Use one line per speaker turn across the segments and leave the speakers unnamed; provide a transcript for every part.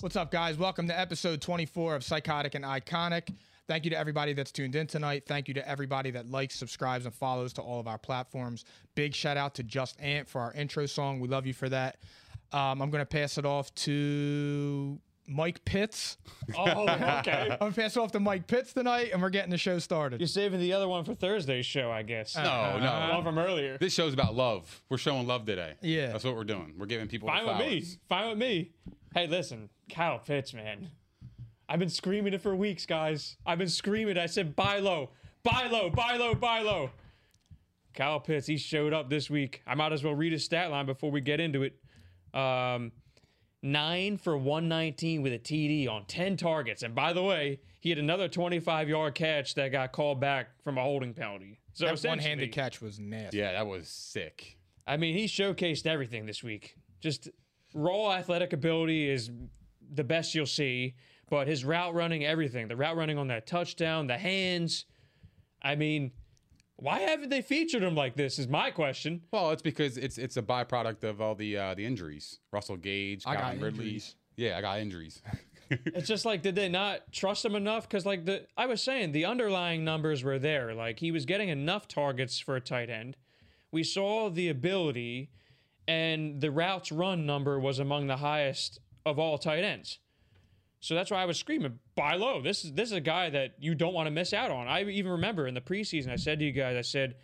What's up, guys? Welcome to episode 24 of Psychotic and Iconic. Thank you to everybody that's tuned in tonight. Thank you to everybody that likes, subscribes, and follows to all of our platforms. Big shout out to Just Ant for our intro song. We love you for that. Um, I'm going to pass it off to Mike Pitts.
Oh, okay.
I'm going to pass it off to Mike Pitts tonight, and we're getting the show started.
You're saving the other one for Thursday's show, I guess.
No, no.
One from earlier.
This show's about love. We're showing love today.
Yeah.
That's what we're doing. We're giving people
Fine
the
with me.
flowers.
Fine with me. Hey, listen, Kyle Pitts, man. I've been screaming it for weeks, guys. I've been screaming. I said, buy low, buy low, buy low, buy low. Kyle Pitts, he showed up this week. I might as well read his stat line before we get into it. Um, nine for 119 with a TD on 10 targets. And by the way, he had another 25 yard catch that got called back from a holding penalty. So
that
essentially-
one handed catch was nasty.
Yeah, that was sick.
I mean, he showcased everything this week. Just raw athletic ability is the best you'll see, but his route running, everything, the route running on that touchdown, the hands. I mean, why haven't they featured him like this? Is my question.
Well, it's because it's it's a byproduct of all the uh, the injuries. Russell Gage,
I
Calvin
got
Ridley.
injuries.
Yeah, I got injuries.
It's just like, did they not trust him enough? Because like the, I was saying, the underlying numbers were there. Like he was getting enough targets for a tight end. We saw the ability, and the routes run number was among the highest of all tight ends. So that's why I was screaming, buy low. This is this is a guy that you don't want to miss out on. I even remember in the preseason, I said to you guys, I said,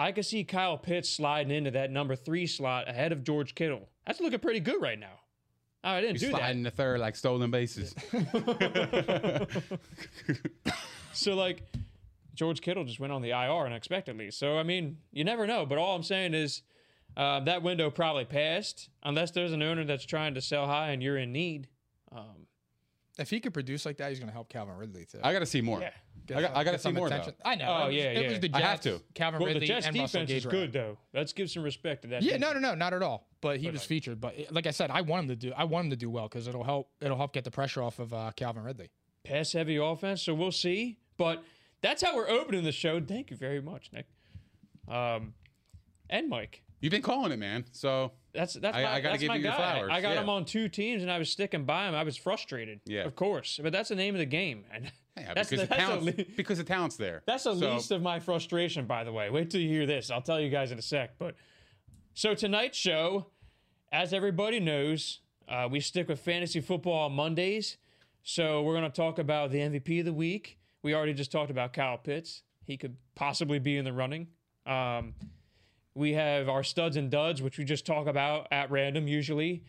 I could see Kyle Pitts sliding into that number three slot ahead of George Kittle. That's looking pretty good right now. I didn't
He's
do that.
sliding the third like stolen bases.
So like George Kittle just went on the IR unexpectedly. So I mean, you never know. But all I'm saying is uh, that window probably passed, unless there's an owner that's trying to sell high and you're in need. Um,
If he could produce like that, he's going to help Calvin Ridley, too.
I got to see more.
Yeah.
I got, I got to
Get
see
some
more.
attention.
Though.
I know.
Oh,
It was-
yeah,
It
yeah.
was the Jets.
I have to.
Calvin
well, the
Ridley
Jets
and Russell
defense
Gage
is
were
good
out.
though. Let's give some respect to that.
Yeah, no,
defense.
no, no, not at all. But he
But,
was
like-
featured. But it- like I said, I want him to do. I want him to do well because it'll help. It'll help get the pressure off of uh, Calvin Ridley.
Pass heavy offense, so we'll see. But that's how we're opening the show. Thank you very much, Nick. Um, and Mike.
You've been calling it, man. So
That's that's
I-
my,
I gotta
that's
give
my
you your
guy.
flowers,
I got
yeah.
him on two teams, and I was sticking by him. I was frustrated.
Yeah.
of course. But that's the name of the game, and
yeah,
that's
because,
the,
the,
that's, the
talent's,
le-
because the talent's there.
that's the
So,
least of my frustration. By the way, wait till you hear this. I'll tell you guys in a sec. But so tonight's show, as everybody knows, uh, we stick with fantasy football on Mondays. So we're gonna talk about the MVP of the week. We already just talked about Kyle Pitts. He could possibly be in the running. Um, we have our studs and duds, which we just talk about at random usually.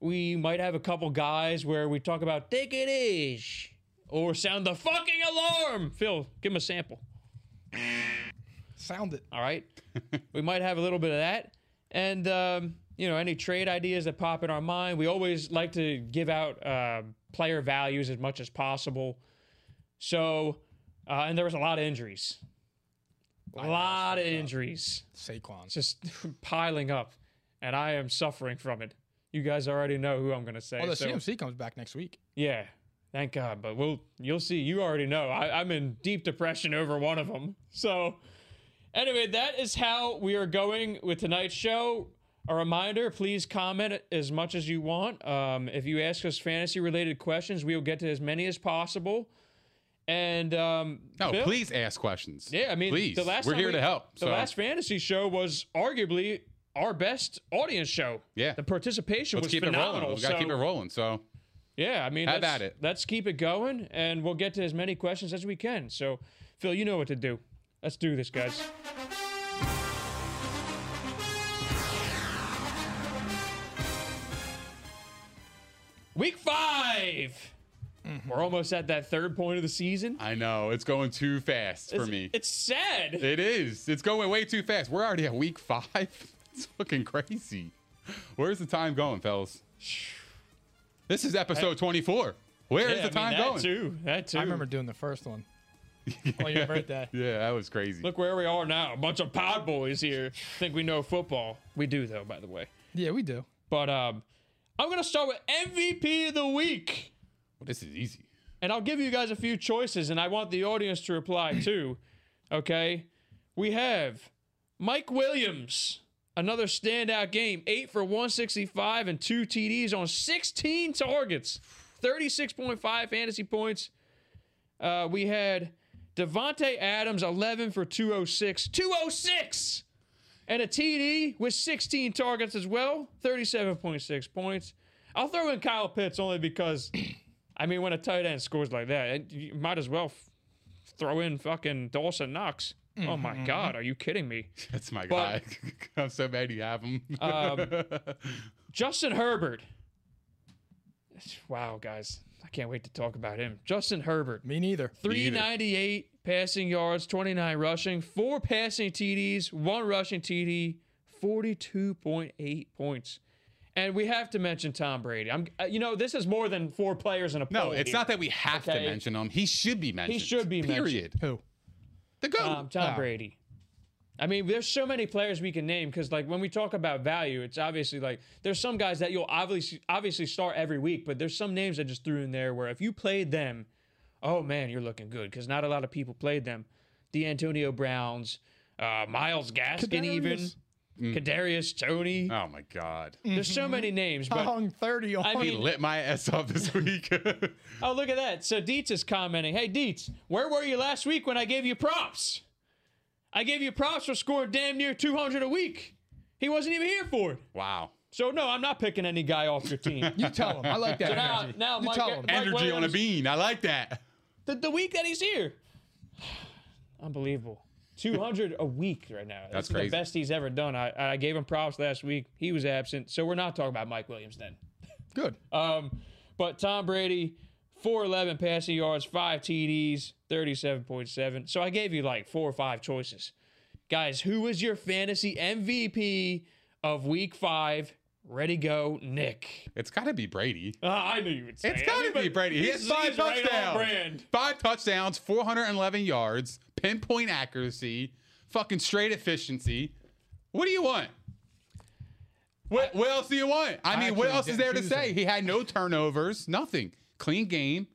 We might have a couple guys where we talk about take it ish or sound the fucking alarm. Phil, give him a sample.
Sound it.
All right. we might have a little bit of that. And, um, you know, any trade ideas that pop in our mind. We always like to give out uh, player values as much as possible. So, uh, and there was a lot of injuries. A lot of injuries
Saquon.
just piling up, and I am suffering from it. You guys already know who I'm going to say.
Well, the
so-
CMC comes back next week.
yeah, thank God. But we'll you'll see. You already know. I, I'm in deep depression over one of them. So anyway, that is how we are going with tonight's show. A reminder: please comment as much as you want. Um, if you ask us fantasy-related questions, we will get to as many as possible. And um,
No,
Bill-
please ask questions.
Yeah, I mean,
please.
the last
we're
time
here
we-
to help.
The
so.
last fantasy show was arguably our best audience show.
Yeah.
the participation
let's
was
keep it
phenomenal.
rolling. We gotta
so,
keep it rolling. So
Yeah, I mean,
Have
let's,
at it.
Let's keep it going, and we'll get to as many questions as we can. So, Phil, you know what to do. Let's do this, guys. Week 5
Mm-hmm.
we We're almost at that third point of the season.
I know it's going too fast for
It's-
me.
it's sad.
It is. It's going way too fast. We're already at week five. It's fucking crazy. Where's the time going, fellas? This is episode 24. Where is
Yeah,
the
I
time
mean, that
going?
Too. That too.
I remember doing the first one on your birthday.
Yeah, that was crazy.
Look where we are now. A bunch of pod boys here. Think we know football. We do, though, by the way.
Yeah, we do.
But um, I'm going to start with MVP of the week.
this is easy.
And I'll give you guys a few choices, and I want the audience to reply too. Okay. We have Mike Williams, another standout game, eight for 165 and two TDs on 16 targets, 36.5 fantasy points. Uh, we had Devontae Adams, 11 for 206, 206, and a TD with 16 targets as well, 37.6 points. I'll throw in Kyle Pitts only because I mean, when a tight end scores like that, it- you might as well f- throw in fucking Dawson Knox. Oh my
Mm-hmm.
God, are you kidding me?
That's my
But-
guy. I'm so mad you have him.
Justin Herbert. Wow, guys, I can't wait to talk about him. Justin Herbert,
Me neither.
398 passing yards, 29 rushing, four passing TDs, one rushing TD, 42.8 points. And we have to mention Tom Brady. I'm, uh, you know, this is more than four players in a
no,
poll
it's
here.
not that we have
Okay.
to mention him. He should be mentioned.
should be mentioned.
Period.
Who?
The goat.
Um, Tom Brady. I mean, there's so many players we can name because, like, when we talk about value, it's obviously like there's some guys that you'll obviously obviously start every week, but there's some names I just threw in there where if you played them, oh man, you're looking good because not a lot of people played them. The Antonio Browns, uh, Miles Gaskin, even
Kadarius.
Kadarius Tony.
oh my god.
There's so many names,
Oh,
but
Hung 30 on.
I
He
mean,
lit my ass up this week.
oh look at that. So Dietz is commenting, "Hey Dietz, where were you last week when I gave you props? I gave you props for scoring damn near 200 a week. He wasn't even here for it.
wow.
So no, I'm not picking any guy off your team.
you tell him. I like that.
now-
energy.
now
you
Mike-
tell him.
Mike-
Energy on a
Williams.
bean. I like that.
the, the week that he's here, unbelievable. 200 a week right now.
That's
this is
crazy.
the best he's ever done. I, I gave him props last week. He was absent, so we're not talking about Mike Williams then.
Good.
Uh,
Um, but Tom Brady, 411 passing yards, five TDs, 37.7. So I gave you like four or five choices. Guys, who was your fantasy MVP of week five? Ready, go, Nick.
It's got to be Brady.
Uh, I knew you would say
It's
it.
got to
Everybody-
be Brady. He
this
has
is-
five
he's right on
touchdowns.
brand.
Five touchdowns, 411 yards, pinpoint accuracy, fucking straight efficiency. What do you want? What, what else do you want? I, mean, what
actually
else is there to
didn't choose
say?
him.
He had no turnovers, nothing. Clean game,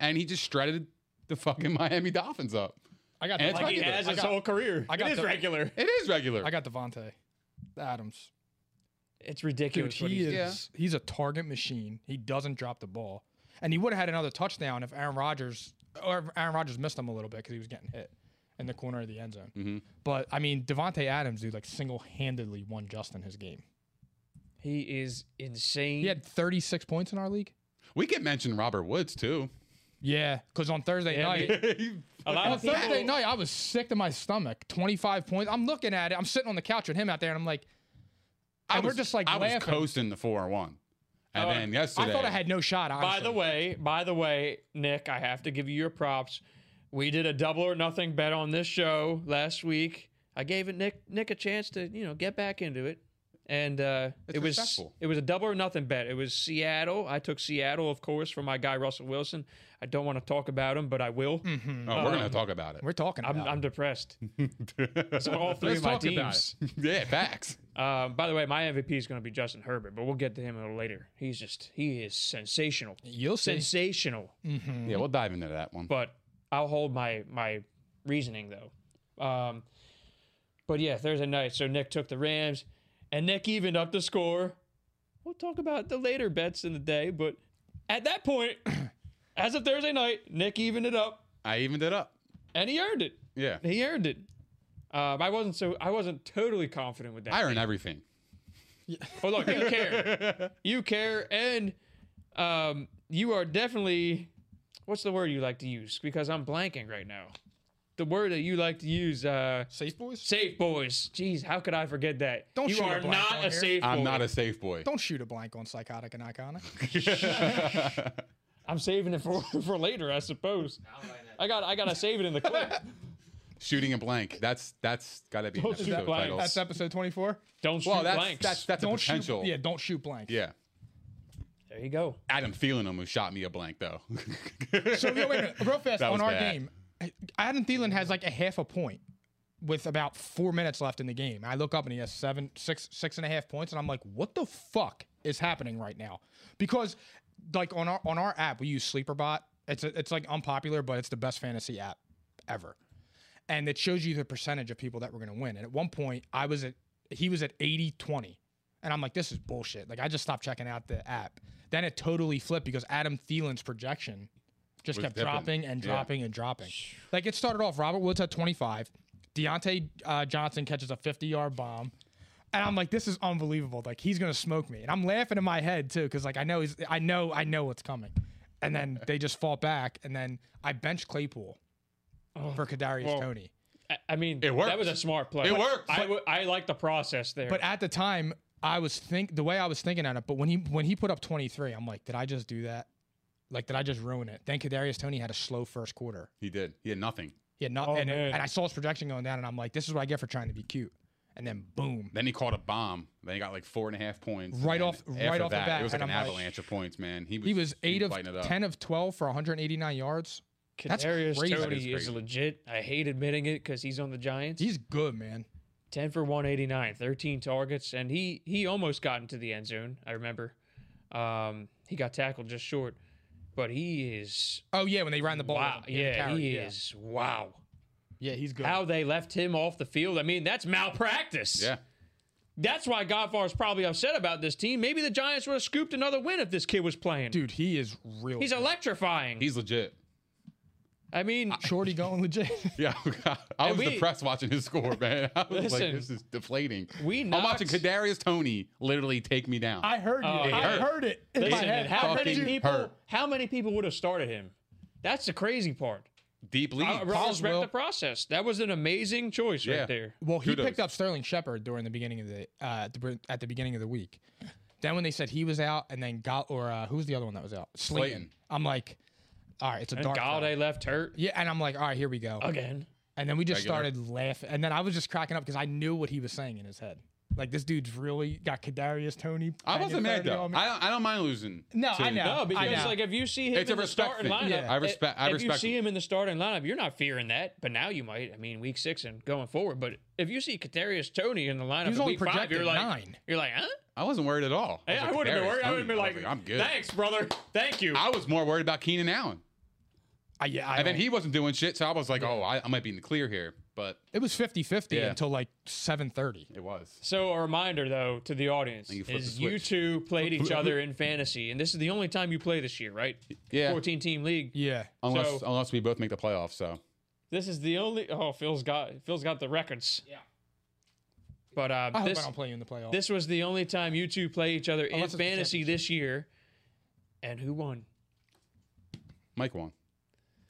and he just shredded the fucking Miami Dolphins up.
I got
And
the,
it's
I
like he
got-
has
I got,
career.
I got the-
It is regular.
I got Devontae Adams.
It's
Dude,
ridiculous. what
he
he's
is.
doing.
He's a target machine. He doesn't drop the ball, and he would have had another touchdown if Aaron Rodgers or if Aaron Rodgers missed him a little bit because he was getting hit in the corner of the end zone. But I mean, Devonte Adams, dude, like single-handedly won Justin his game.
He is insane.
He had 36 points in our league.
we can mention Robert Woods, too.
Yeah, because on Thursday
Yeah,
night.
dude. a lot
On
of people.
Thursday night, I was sick to my stomach. 25 points. I'm looking at it. I'm sitting on the couch with him out there, and I'm like,
I
and
was,
we're just like
I was
laughing. Oh,
coasting the 4 1. And then yesterday.
I thought I had no shot. Honestly.
By the way, by the way, Nick, I have to give you your props. We did a double or nothing bet on this show last week. I gave it Nick Nick a chance to you know get back into it, and uh, it was
respectful.
it was a double or nothing bet. It was Seattle. I took Seattle, of course, for my guy Russell Wilson. I don't want to talk about him, but I will.
Oh, we're going to talk about it.
we're talking.
I'm,
about
I'm
it.
depressed. It's on all three
Let's
of my
talk about
teams.
yeah, facts.
Um, by the way, my MVP is going to be Justin Herbert, but we'll get to him a little later. He's just he is sensational,
You'll see.
sensational.
Yeah, we'll dive into that one.
But I'll hold my my reasoning though. Um, but yeah, Thursday night. So Nick took the Rams, and Nick evened up the score. We'll talk about the later bets in the day, but at that point, as of Thursday night, Nick evened it up.
I evened it up.
and he earned it.
Yeah.
He earned it. Um, I wasn't so I wasn't totally confident with that.
I earn everything.
But look, you care. You care, and um, you are definitely. What's the word you like to use? Because I'm blanking right now. The word that you like to use, uh,
Safe boys?
safe boys. Jeez, how could I forget that?
Don't
you
shoot a
are
blank
not
on
a
here.
safe boy.
I'm not a safe boy.
Don't shoot a blank on psychotic and iconic.
I'm saving it for, for later, I suppose. I got I gotta save it in the clip.
Shooting a blank. That's that's gotta be an
Don't shoot
episode
blanks.
title.
That's episode 24.
Don't shoot
Oh,
well, that's
blanks.
that's that's a
Don't
potential.
shoot. Yeah, don't shoot blank.
yeah.
there you go.
Adam Thielen almost shot me a blank though.
So yo, wait a minute, real fast
That
on
was
our
bad.
game, Adam Thielen has like a half a point with about four minutes left in the game. I look up and he has seven, six, six and a half points, and I'm like, what the fuck is happening right now? Because like on our on our app, we use Sleeperbot. It's a, it's like unpopular, but it's the best fantasy app ever, and it shows you the percentage of people that were going to win. And at one point, I was at he was at 80 20 and I'm like, this is bullshit. Like, I just stopped checking out the app. Then it totally flipped because Adam Thielen's projection just
Was
kept
dipping.
dropping and
Yeah.
dropping and dropping. Like, it started off Robert Woods had 25, Deontay uh, Johnson catches a 50 yard bomb. And I'm like, this is unbelievable. Like, he's going to smoke me. And I'm laughing in my head, too, because, like, I know he's, I know, I know what's coming. And then they just fall back. And then I bench Claypool
Oh.
for Kadarius
well.
Tony.
I, I mean,
It worked.
that was a smart play.
It worked.
I, w- I like the process there.
But at the time, I was think the way I was thinking on it. But when he when he put up 23, I'm like, did I just do that? Like, did I just ruin it? Then Kadarius Tony had a slow first quarter.
he did. He had nothing.
He had not,
Oh,
and,
man.
and I saw his projection going down, and I'm like, this is what I get for trying to be cute. And then boom,
Then he caught a bomb. Then he got like four and a half points.
Right
And
off-
after
right off the
that,
bat,
It was like
and
an
I'm like-
avalanche of points, man. He was,
he was
he
eight of
lighting it up.
10 of 12 for 189 yards. That's
Kadarius
crazy. That
Toney
is
is
crazy.
legit. I hate admitting it because he's on the Giants.
He's good, man.
10 for 189, 13 targets, and he he almost got into the end zone. I remember, um, he got tackled just short, but he is
Oh yeah, when they ran the ball,
wow.
with him,
Yeah,
carry,
he
yeah.
is wow.
Yeah, he's good.
How they left him off the field. I mean, that's malpractice.
Yeah.
That's why Godfar's probably upset about this team. Maybe the Giants would have scooped another win if this kid was playing.
Dude, he is real.
He's
good.
electrifying.
He's legit.
I mean,
shorty going legit.
Yeah, I was
we-
depressed watching his score, man. I was like,
Listen,
this is deflating.
we
I'm watching
knocked-
Kadarius Tony literally take me down.
I heard you.
it
I
hurt.
heard it. in my
listen,
head.
and how many
fucking
people?
hurt.
How many people would have started him? That's the crazy part. Uh,
Deep lead.
I, I respect
Boswell.
the process. That was an amazing choice
Yeah.
right there.
Well, he
Kudos.
picked up Sterling Shepard during the beginning of the uh, at the, at the beginning of the week. Then when they said he was out, and then got or uh, who was the other one that was out? Slayton.
Slayton.
I'm like, all right, it's a
And
dark. throw.
Galladay left hurt
Yeah, and I'm like, all right, here we go.
again.
And then we just
Regular.
started laughing, and then I was just cracking up because I knew what he was saying in his head. Like this dude's really got Kadarius Tony.
I wasn't mad
manufactured
though.
on me.
I don't, I don't mind losing.
No,
to-
I know.
No,
I
because
know.
like if you see him
It's a
in the
respect
starting
thing.
lineup,
Yeah. I
if-
respect- I
if
respect
you see
him.
him in the starting lineup, you're not fearing that. But now you might. I mean, week six and going forward. But if you see Kadarius Tony in the lineup,
was
in
only
week five,
projected
you're like,
nine.
you're like, huh?
I wasn't worried at all.
I,
was like,
wouldn't have been
Kadarius
worried. I would
Toney.
have been
was
like,
I'm good.
Thanks, brother. Thank you.
I was more worried about Keenan Allen,
I, yeah, I
and then
don't-
he wasn't doing shit. So I was like, oh, I, I might be in the clear here, but
it was 50-50
Yeah.
until like seven thirty.
it was.
So a reminder though to the audience
you flipped the
is
switch.
you two played each other in fantasy, and this is the only time you play this year, right?
Yeah.
14 team league.
Yeah,
Unless
So-
unless we both make the playoffs, so
This is the only. Oh, Phil's got Phil's got the records. Yeah. But uh,
I hope
this
I don't play you in the playoffs.
this was the only time you two play each other
Unless it's
in
the
fantasy this year, and who won?
Mike won.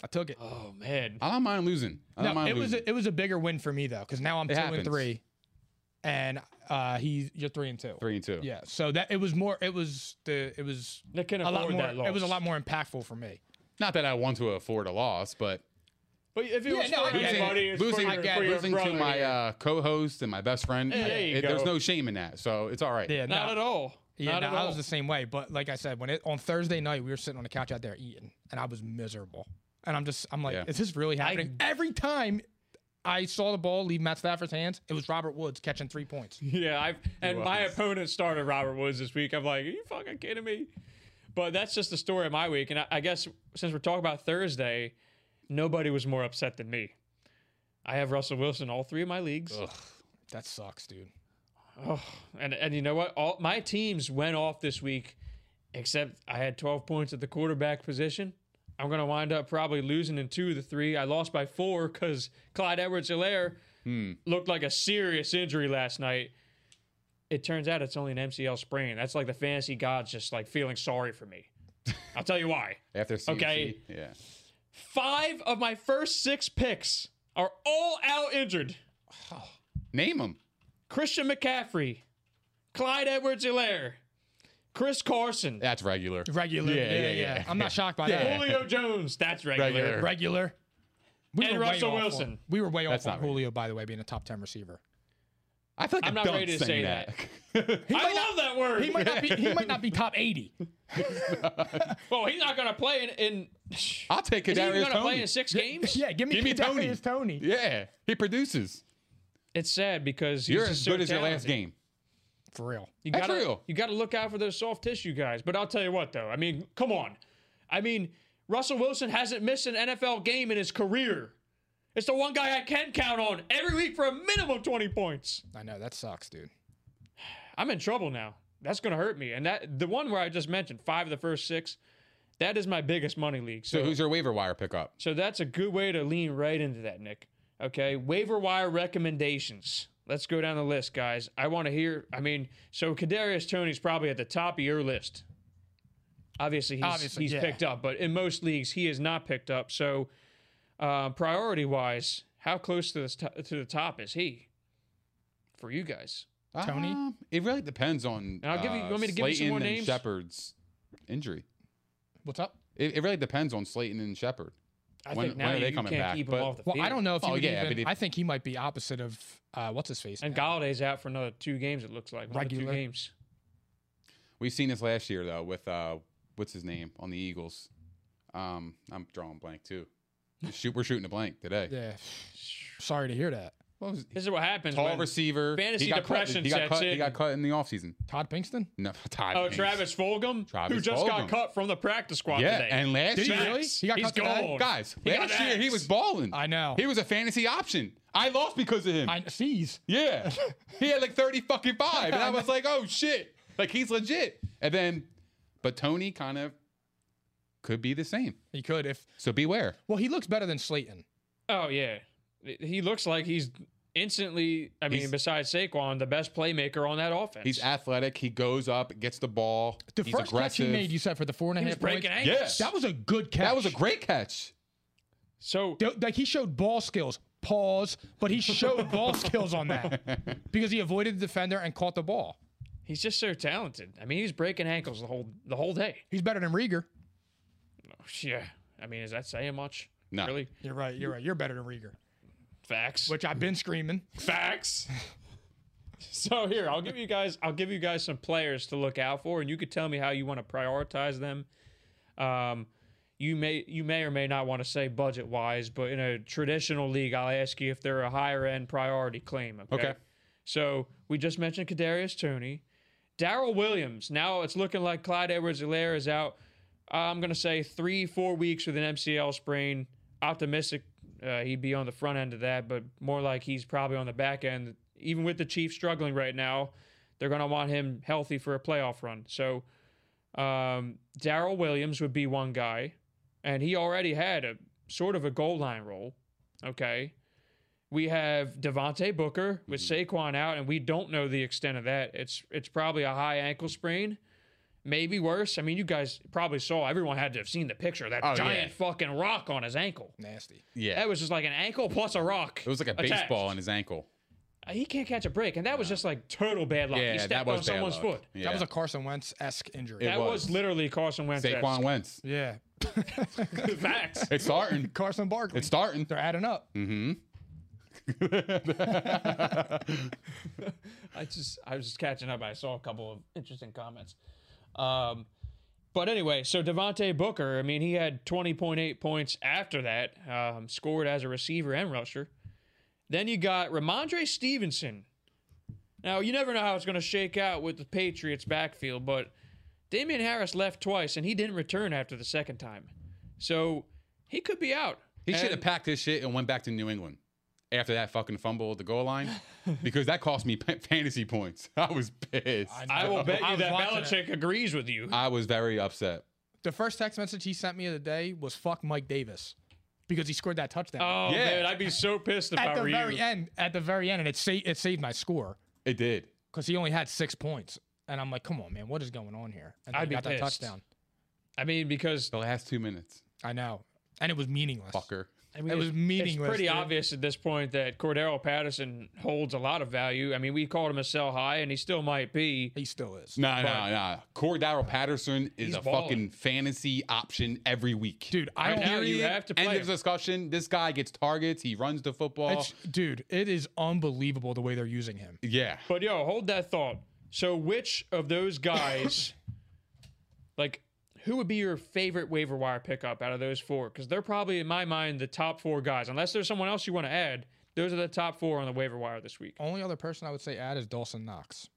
I took it.
Oh man,
I don't mind losing. I don't
No,
mind
it was
losing.
a, it was a bigger win for me though, because now I'm
It
two and
happens.
three, and uh, he's you're three and two.
three and two.
Yeah, so that it was more. It was the it was
They can
a lot
afford
more.
that loss.
It was a lot more impactful for me.
Not that I want to afford a loss, but
But if it
Yeah,
was
no, I
for
get it.
anybody, it's
losing,
for your, for your
losing to
brother
my
here.
uh, co-host and my best friend,
Hey, there you
it- there's
go.
no shame in that. So it's all right.
Yeah,
not
no,
at all.
Yeah,
not
no,
at
I
all.
was the same way. But like I said, when it on Thursday night, we were sitting on the couch out there eating, and I was miserable. And I'm just, I'm like,
Yeah.
is this really happening? Every time I saw the ball leave Matt Stafford's hands, it was Robert Woods catching three points.
Yeah, I've and my opponent started Robert Woods this week. I'm like, are you fucking kidding me? But that's just the story of my week. And I, I guess since we're talking about Thursday, nobody was more upset than me. I have Russell Wilson in all three of my leagues.
That sucks, dude.
And and you know what? All my teams went off this week, except I had 12 points at the quarterback position. I'm going to wind up probably losing in two of the three. I lost by four because Clyde Edwards Hilaire looked like a serious injury last night. It turns out it's only an MCL sprain. That's like the fantasy gods just like feeling sorry for me. I'll tell you why.
After CMC.
Okay.
Yeah.
Five of my first six picks are all out injured.
Name them.
Christian McCaffrey, Clyde Edwards Hilaire, Chris Carson,
That's regular.
Regular. Yeah, yeah, yeah. I'm not shocked by that.
Julio Jones. That's regular.
Regular.
Regular. We
And
were way
Russell
off on-
Wilson.
we were way
That's
off
not
on
right.
Julio, by the way, being a top ten receiver.
I feel like
I'm not
I'm not
ready to say
saying
that.
that.
I love that word.
He might not be. He might not be top eighty.
well, he's not going to play in. in
I'll take
Is he even
Kadarius
going to play
Tony.
in six games?
Yeah, give me,
Give me Tony.
Kadarius Tony.
Yeah, he produces.
It's sad because he's
You're
just
as
so
good as your last
talented.
game.
For real.
You
That's
gotta,
real.
You got to look out for those soft tissue guys. But I'll tell you what, though. I mean, come on. I mean, Russell Wilson hasn't missed an NFL game in his career. It's the one guy I can count on every week for a minimum 20 points.
I know that sucks, dude.
I'm in trouble now. That's going to hurt me. And that the one where I just mentioned, five of the first six, that is my biggest money league. So,
So who's your waiver wire pickup?
so that's a good way to lean right into that, Nick. Okay. Waiver wire recommendations. Let's go down the list, guys. I want to hear. I mean, so Kadarius Tony's probably at the top of your list. Obviously, he's,
Obviously,
he's
yeah.
picked up, but in most leagues, he is not picked up. So, uh, priority wise, how close to the, st- to the top is he for you guys?
Tony?
Um, it really depends on.
I'll give you-
uh,
you want me to give you some
Slayton
more
and
names?
Shepard's injury.
What's up?
It, it really depends on Slayton and Shepard.
I
When-
think now
when are
you,
they
you
coming
can't
back?
keep him
But-
off the
Well,
field.
I don't know if he
Oh,
would
yeah,
even-
but if-
I think he might be opposite of uh, what's his face.
And
now.
Galladay's out for another two games. It looks like one or two
Regular.
games.
We've seen this last year though with uh, what's his name on the Eagles. Um, I'm drawing a blank too. Shoot, we're shooting a blank today.
yeah. Sorry to hear that.
What was-
This is what happens.
tall
when-
receiver.
fantasy
he got
depression
Cut, he got
sets
cut. He
in.
got cut in the offseason.
Todd Pinkston.
No, Todd.
Oh,
Banks.
Travis Fulgham, who
Travis
just got
Fulgham.
cut from the practice squad
Yeah,
today.
and last
Did he
year,
really?
Facts.
He got
He's
cut today?
gone.
guys,
He got
last year he
axed.
was balling.
I know.
He was a fantasy option. I lost because of him.
I sees.
Yeah. he had like 30 fucking five. And I was like, oh shit. Like he's legit. And then, but Tony kind of could be the same.
He could if.
So beware.
Well, he looks better than Slayton.
Oh yeah, he looks like he's instantly. I mean,
He's-
besides Saquon, the best playmaker on that offense.
He's athletic. He goes up, gets the ball.
The
he's
first catch
aggressive.
he made, you said for the four and a
He was
half. points?
breaking ankles.
Yes.
That was a good catch.
that was a great catch.
so
Th- Like he showed ball skills. Pause. But he showed ball skills on that because he avoided the defender and caught the ball.
he's just so talented. I mean, he's breaking ankles the whole the whole day.
He's better than Rieger.
Yeah. I mean, is that saying much?
No.
Really?
You're right. You're right. You're better than Rieger,
Facts.
which I've been screaming.
Facts. so here, I'll give you guys I'll give you guys some players to look out for, and you could tell me how you want to prioritize them. Um, you may you may or may not want to say budget wise, but in a traditional league, I'll ask you if they're a higher end priority claim. Okay.
Okay.
So we just mentioned Kadarius Tony, Daryl Williams. Now it's looking like Clyde Edwards-Helaire is out. I'm gonna say three four weeks with an MCL sprain. Optimistic uh, he'd be on the front end of that, but more like he's probably on the back end. Even with the Chiefs struggling right now, they're gonna want him healthy for a playoff run. So um, Daryl Williams would be one guy, and he already had a sort of a goal line role. Okay. We have Devontae Booker with
Mm-hmm.
Saquon out, and we don't know the extent of that. It's it's probably a high ankle sprain, maybe worse. I mean, you guys probably saw. Everyone had to have seen the picture of that
Oh,
giant
yeah.
fucking rock on his ankle.
Nasty.
Yeah.
That was just like an ankle plus a rock.
it was like a baseball in his ankle.
He can't catch a break, and that was just like total bad luck.
Yeah,
he
that
stepped on
was bad
someone's
luck.
foot.
Yeah.
That was a Carson Wentz esque injury.
It
That was.
was.
literally Carson Wentz.
Saquon Wentz.
yeah.
Facts.
It's starting.
Carson Barkley.
It's starting.
They're adding up.
Mm. I just I was just catching up. I saw a couple of interesting comments. Um, but anyway, so Devontae Booker, I mean, he had 20.8 points after that, um, scored as a receiver and rusher. Then you got Ramondre Stevenson. Now, you never know how it's going to shake out with the Patriots' backfield, but Damian Harris left twice and he didn't return after the second time. So he could be out.
He should have
And-
packed his shit and went back to New England after that fucking fumble at the goal line because that cost me p- fantasy points. I was pissed. I,
I will bet you
I was
that
watching it.
Belichick agrees with you.
was very upset.
The first text message he sent me of the day was "fuck Mike Davis" because he scored that touchdown
Oh
Yeah.
man, I'd be so pissed if
at
I
the
were
very
you.
end. At the very end, and it sa- it saved my score
It did.
because he only had six points. And I'm like, come on, man, what is going on here? And then
I'd
he
be
got that
pissed.
touchdown.
I mean, because
The last two minutes,
I know, and it was meaningless.
fucker.
I mean,
It was
it's- It's
meaningless,
pretty
dude.
obvious at this point that Cordero Patterson holds a lot of value. I mean, we called him a sell high, and he still might be.
He still is,
Nah, nah, nah. Cordaro Patterson is
He's
a
balling.
fucking fantasy option every week.
dude. I
Right
don't.
now, you
Period.
have to play
End of
him.
discussion. This guy gets targets. He runs the football.
It's, dude, it is unbelievable the way they're using him.
yeah.
But yo, hold that thought. So, which of those guys, like, who would be your favorite waiver wire pickup out of those four? Because they're probably, in my mind, the top four guys. Unless there's someone else you want to add, those are the top four on the waiver wire this week,
Only other person I would say add is Dawson Knox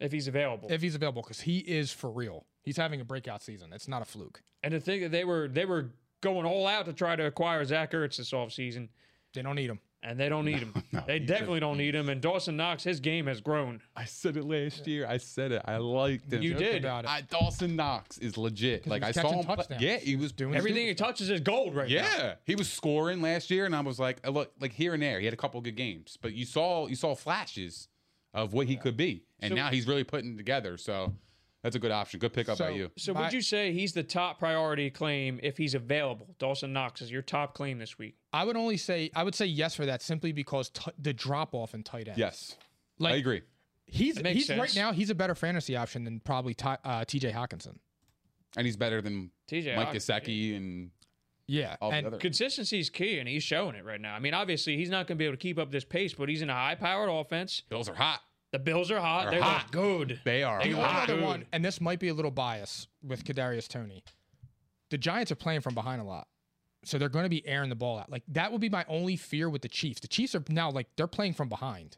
if he's available.
if he's available because he is for real. He's having a breakout season. It's not a fluke.
and to think that they were they were going all out to try to acquire Zach Ertz this offseason,
They don't need him.
and they don't need him.
no,
they
he's a-
definitely don't need him. And Dawson Knox, his game has grown.
I said it last year. I said it. I liked him.
You
Joke
did.
about it.
I, Dawson Knox is legit. Like
he
I
was
saw
catching
him. play-
touchdowns.
yeah, he was
doing
doing.
Everything he touches is gold right now.
Yeah, he was scoring last year, and I was like, uh, look, like here and there, he had a couple good games, but you saw you saw flashes of what he could be, and now he's really putting it together. So that's a good option. Good pickup by
So-
you.
So
My-
would you say he's the top priority claim if he's available? Dawson Knox is your top claim this week.
I would only say I would say yes for that simply because t- the drop off in tight end.
Yes,
like
I agree.
He's
That makes
he's right
sense.
now he's a better fantasy option than probably Ty, uh, T.J. Hawkinson.
And he's better than
TJ
Mike
Hawk-
Gesicki and
Yeah,
all
and
the other.
Consistency is key, and he's showing it right now. I mean, obviously, he's not going to be able to keep up this pace, but he's in a high-powered offense.
Bills are hot.
The Bills are hot.
They're
They're
hot.
good.
They are
and one
hot.
other one, and this might be a little bias with Kadarius Tony. The Giants are playing from behind a lot, so they're going to be airing the ball out. Like that would be my only fear with the Chiefs. The Chiefs are now like they're playing from behind,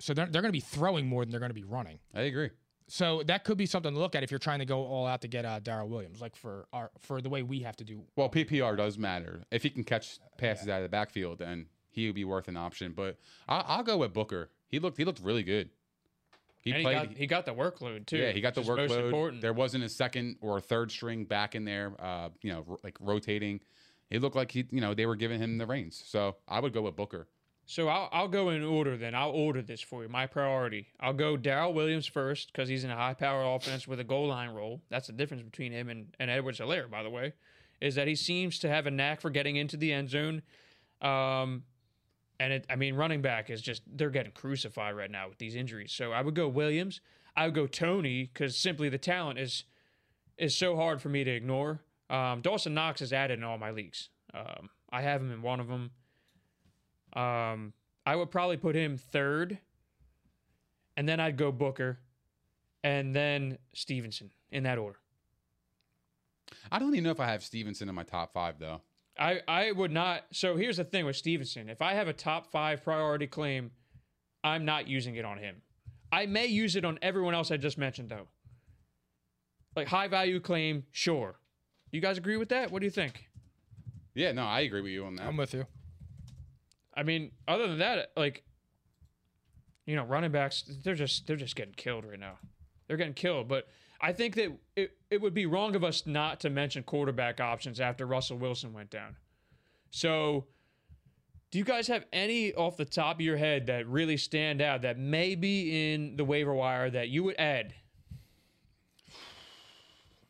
so they're they're going to be throwing more than they're going to be running.
I agree.
So that could be something to look at if you're trying to go all out to get uh, Darrell Williams, like for our for the way we have to do.
Well, PPR does matter. If he can catch passes out of the backfield, then he would be worth an option. But I, I'll go with Booker. He looked he looked really good. He
And he,
played.
got, he got the workload too.
yeah, he got the
which is Most
workload.
important.
There wasn't a second or a third string back in there. Uh, you know, ro- like rotating. It looked like he, you know, they were giving him the reins. So I would go with Booker.
So I'll, I'll go in order then. I'll order this for you. My priority. I'll go Daryl Williams first because he's in a high power offense with a goal line role. That's the difference between him and, and Edwards Hilaire, by the way, is that he seems to have a knack for getting into the end zone. Um, and it, I mean, running back is just, they're getting crucified right now with these injuries. So I would go Williams. I would go Tony because simply the talent is is so hard for me to ignore. Um, Dawson Knox is added in all my leagues. Um, I have him in one of them. Um, I would probably put him third, and then I'd go Booker, and then Stevenson in that order.
I don't even know if I have Stevenson in my top five though.
I, I would not. So here's the thing with Stevenson. If I have a top five priority claim, I'm not using it on him. I may use it on everyone else I just mentioned, though. Like high value claim, sure. You guys agree with that? What do you think?
Yeah, no, I agree with you on that.
I'm with you.
I mean, other than that, like, you know, running backs, they're just they're just getting killed right now. They're getting killed. But I think that it, it would be wrong of us not to mention quarterback options after Russell Wilson went down. So do you guys have any off the top of your head that really stand out that may be in the waiver wire that you would add?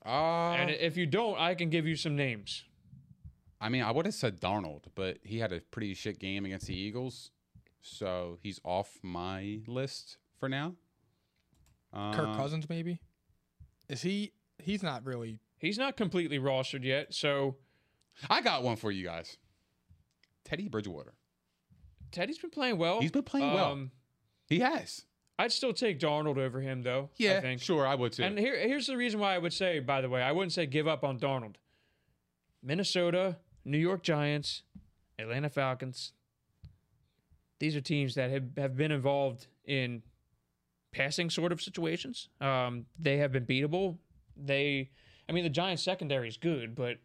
Uh,
And if you don't, I can give you some names.
I mean, I would have said Darnold, but he had a pretty shit game against the Eagles, so he's off my list for now. Uh-huh. Uh,
Kirk Cousins maybe. Is he? He's not really.
He's not completely rostered yet, so
I got one for you guys. Teddy Bridgewater.
Teddy's been playing well. Um,
He's been playing well. He has.
I'd still take Darnold over him, though. I think.
sure, I would too.
And here, here's the reason why I would say, by the way, I wouldn't say give up on Darnold. Minnesota, New York Giants, Atlanta Falcons. These are teams that have, have been involved in passing sort of situations. Um, they have been beatable. They, I mean, the Giants secondary is good, but